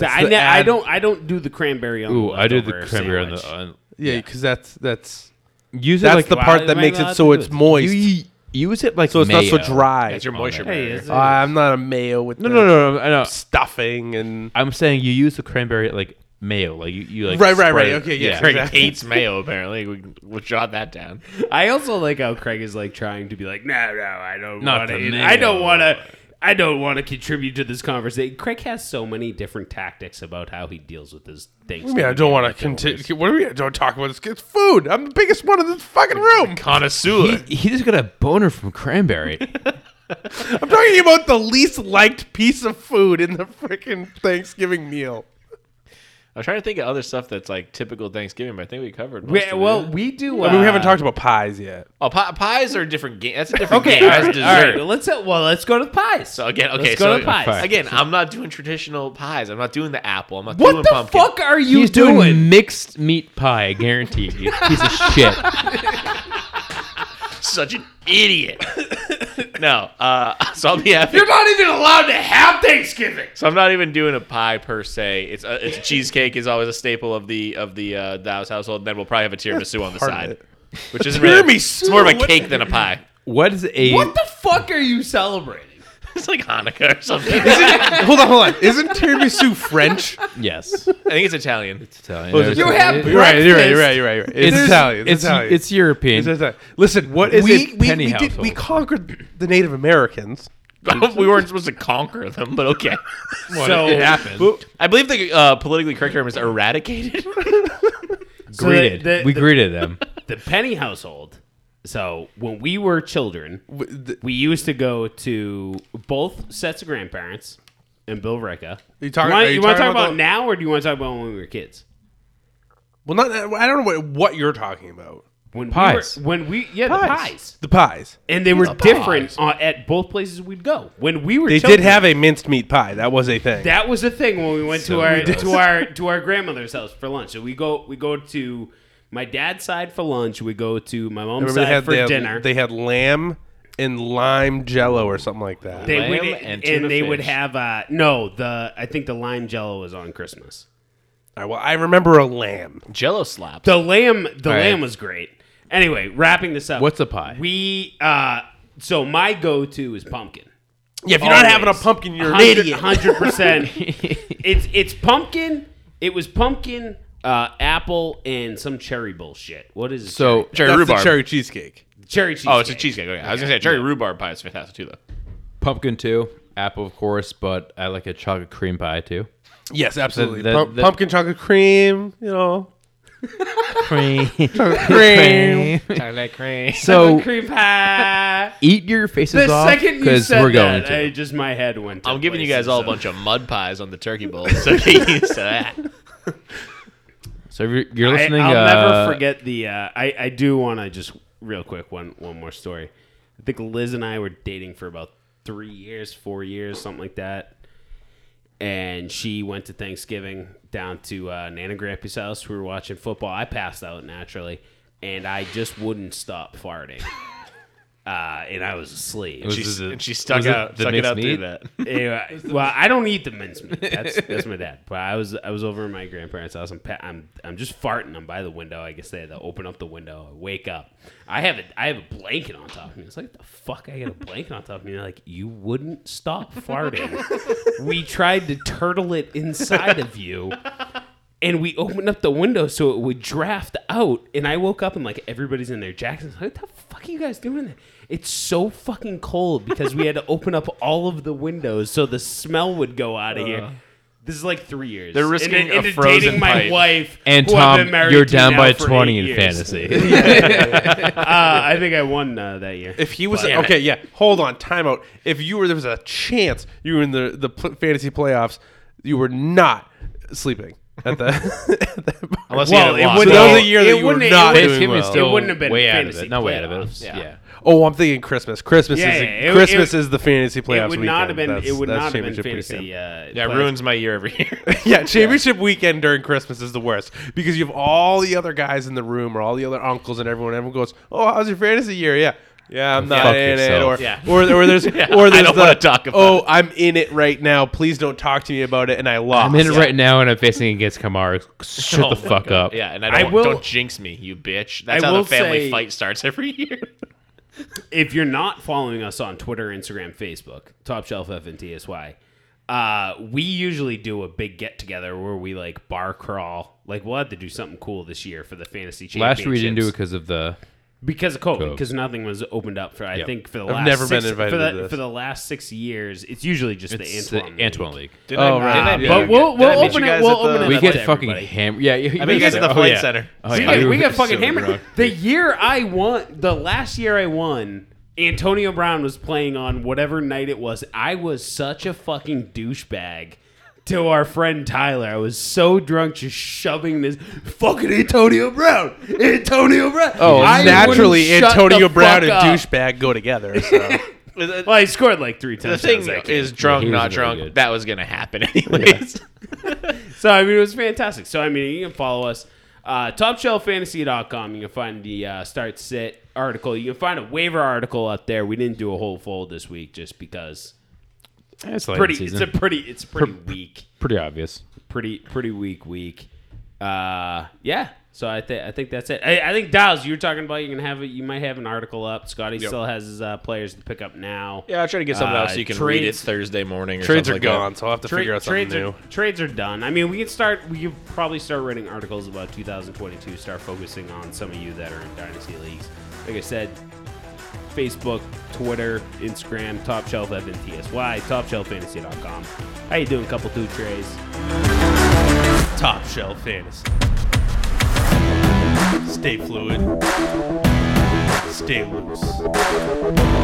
I,
the
ne- I
ad-
don't. I don't do the cranberry on.
Ooh,
the
I do the
leftover
cranberry on
sandwich.
the. On,
Yeah, because that's that's
use it
that's
like
the
why
part
am
that
I
makes
allowed
it so
to do
it's
it?
moist,
you, you use it like
so it's not so
mayo.
dry.
that's your moisture.
Hey,
barrier.
is it-
Uh, I'm not a mayo with
No,
the
no, no, no, I know.
stuffing and
I'm saying you use the cranberry like mayo, like you, you like
Right, right,
spread
right,
it.
okay, yeah,
Craig
Exactly.
hates mayo. Apparently, we we'll jot that down.
I also like how Craig is like trying to be like, no, no, I don't
Not
want
the
to.
mayo."
I don't want to. I don't want to contribute to this conversation. Craig has so many different tactics about how he deals with his things.
I mean, I don't want to continue. What do we? Don't talk about this. It's food. I'm the biggest one in this fucking room.
Connoisseur.
He, he just got a boner from cranberry.
I'm talking about the least liked piece of food in the freaking Thanksgiving meal.
I'm trying to think of other stuff that's like typical Thanksgiving, but I think we covered. Most
We,
of
well,
it.
we do.
I mean, we haven't
uh,
talked about pies yet.
oh, pi- pies are a different game. That's a different
Okay,
game.
all right,
That's
all
dessert.
right. Well, let's uh, well, let's go to the pies.
So again, okay,
let's
so
go to pies.
again, I'm not doing traditional pies. I'm not doing the apple. I'm not
What
doing
the
pumpkin.
fuck are you
He's
doing?
doing, mixed meat pie, guaranteed. You piece of shit.
Such an idiot. no. Uh, so I'll be happy. You're
not even allowed to have Thanksgiving.
So I'm not even doing a pie per se. It's a, it's cheesecake is always a staple of the of the uh, the house household. And then we'll probably have a tiramisu on the
part of
side,
it.
which isn't really.
Tiramisu?
It's more of a
What-
cake than a pie.
What is a
What the fuck are you celebrating?
It's like Hanukkah or something.
hold on, hold on. Isn't tiramisu French?
yes?
I think it's Italian.
Italian.
What was it?
You have
You're right. You're right. You're right. You're right. You're right. It's,
It's
Italian. It's,
It's
Italian.
it's European.
It's Italian. Listen, what is
We-
it?
we- we
We, we,
did-
we
household.
conquered the Native Americans.
we weren't supposed to conquer them, but okay.
so
I believe the uh, politically correct term is eradicated.
so the-
greeted.
the-
we
the-
greeted them.
the Penny household. So when we were children,
the-
we used to go to both sets of grandparents and Bill Recca.
you talking-
wanna-
are you
wanna
talking
talk
about
about,
the-
now, or do you want to talk about when we were kids?
Well, not. uh, I don't know what, what you're talking about.
When
Pies.
We were, when we yeah the pies,
The pies.
and they were different uh, at both places we'd go. When we were
They
children,
did have a minced meat pie. That was a thing.
That was the thing when we went
So
to our
we did.
to our to our grandmother's house for lunch. So we go we go to my dad's side for lunch. We go to my mom's
Remember they
side
had,
for
they had
dinner.
they had lamb and lime jello or something like that.
they
Lamb
would
and
and,
tuna
they would
fish.
have uh no the I think the lime jello was on Christmas.
I, well, I remember a lamb.
Jello slap.
The lamb the
right.
lamb was great. Anyway, wrapping this up.
What's a pie?
We uh so my go to is pumpkin.
Yeah, if you're not having a pumpkin, you're an idiot.
Hundred percent. It's it's pumpkin. It was pumpkin, uh, apple, and some cherry bullshit. What is it?
So
Cherry
That's the
rhubarb.
cherry cheesecake.
cherry cheesecake.
oh, it's a cheesecake. Okay. I was gonna say cherry rhubarb pie is fantastic too, though.
pumpkin too, apple of course, but I like a chocolate cream pie too.
Yes, absolutely.
the-
Pump,
the-
pumpkin chocolate cream. You know,
Cream.
Chocolate cream.
So
cream pie.
eat your faces
The
off
second you
because
said
we're going
that,
to.
I just my head went.
I'm giving you guys
places,
all a
so-
bunch of mud pies on the turkey bowl, so get used to that.
So if you're, you're
I,
listening.
I'll
uh,
never forget the. Uh, I I do want to just real quick one one more story. I think Liz and I were dating for about three years, four years, something like that. And she went to Thanksgiving down to uh, Nana Grampy's house. We were watching football. I passed out naturally, and I just wouldn't stop farting. Uh, and I was asleep.
was
She,
this a-
and she stuck
was it
out,
the
stuck it
mixed
out through
meat?
that.
Anyway, well, I don't eat the mincemeat. That's that's my dad. But I was I was over at my grandparents' house. I'm pa- I'm I'm just farting. I'm by the window. I guess they had to open up the window. I wake up. I have a I have a blanket on top of me. It's like the fuck. I got a blanket on top of me. They're like you wouldn't stop farting. we tried to turtle it inside of you. And we opened up the window so it would draft out. And I woke up and like everybody's in their jackets. What the fuck are you guys doing? There? It's so fucking cold because we had to open up all of the windows so the smell would go out of
Uh.
here. This is like three years.
They're risking
and, and
a
dating
frozen
my
pipe.
wife
And
who I've been
Tom,
married
you're
to
down
now
by
for
20
eight
in
years.
fantasy.
Uh, I think I won uh, that year.
If he was okay, yeah. Hold on, timeout. If you were, there was a chance you were in the the pl- fantasy playoffs. You were not sleeping at the. at the bar.
Unless you
well,
had it
it
lost.
wouldn't.
So that was
it-
a year
it
that you were
wouldn't- it
not
wouldn't-
doing
it
well.
still
wouldn't have been
way out of
fantasy
it. Not way out of it.
playoffs.
It was- yeah.
oh, I'm thinking Christmas. Christmas
Yeah,
is
yeah, it-
Christmas
it-
is the fantasy playoffs.
It would not have
weekend.
been. It
That's-
would
that's
not have been
championship
fantasy.
weekend.
Uh,
Yeah,
playoffs.
it ruins my year every year.
Yeah, championship weekend during Christmas is the worst because you have all the other guys in the room or all the other uncles and everyone. Everyone goes, "Oh, how's your fantasy year?" Yeah, yeah, I'm not
Fuck
in it.
yourself.
Or,
Yeah.
or or there's
Yeah,
or
I
there's
don't
the,
wanna talk about
Oh,
it."
I'm in it right now. Please don't talk to me about it. And I lost.
I'm in it right now, and I'm facing against Kamara. Shut the fuck up.
Oh yeah, and I
I
don't,
will-
don't jinx me, you bitch. That's
I
how
will
the family
say-
fight starts every year.
if you're not following us on Twitter, Instagram, Facebook, Top Shelf F and TSY, uh, we usually do a big get together where we like bar crawl. Like we'll have to do something cool this year for the fantasy championships.
Last year we didn't do it because of the.
because of COVID,
Covid.
because nothing was opened up for. I
Yep.
think for the
I've
last
never been
six-
invited
for the,
to this.
for the last six years. It's usually just
It's
the
the
Antoine.
Antoine League.
Didn't I-
Oh, right.
didn't I
Yeah.
meet
But we'll-
you- didn't I
we'll
meet you
open it-
guys
we'll
at the-
open it
We
up.
get
to
fucking
everybody.
hammered. Yeah, you,
I mean, you guys at the
oh,
flight
yeah.
center.
Oh,
We
yeah.
got,
were
we got fucking
so
hammered.
drunk.
The year I won, the last year I won, Antonio Brown was playing on whatever night it was. I was such a fucking douchebag to our friend Tyler. I was so drunk, just shoving this fucking Antonio Brown, Antonio Brown.
Oh,
I
naturally,
wouldn't shut
Antonio
the
Brown
fuck
and
up.
douchebag go together. So.
Well, he scored like three
The
times.
thing is, drunk,
he was
not
really
drunk,
good.
that was going to happen anyways.
So I mean, it was fantastic. So I mean, you can follow us, uh, TopShelfFantasy.com. You can find the uh, start sit article. You can find a waiver article up there. We didn't do a whole fold this week just because
It's late in the
pretty. It's
season.
a pretty. It's pretty weak.
pretty obvious.
Pretty pretty weak week. Uh, yeah. So I think I think that's it. I, I think Dials, you were talking about you can have a, you might have an article up. Scotty still has his uh, players to pick up now.
Yeah, I'll try to get something
Uh,
out so you can read it
trades-
Thursday morning. Or
Trades are
something like
gone, so I'll have to figure out something
trades
new.
are trades are done. I mean, we can start. We could probably start writing articles about 2022. Start focusing on some of you that are in dynasty leagues. Like I said, Facebook, Twitter, Instagram, Top Shelf FNTSY, TopShelfFantasy.com. How you doing? Couple two trays.
Top shelf fantasy. Stay fluid. Stay loose.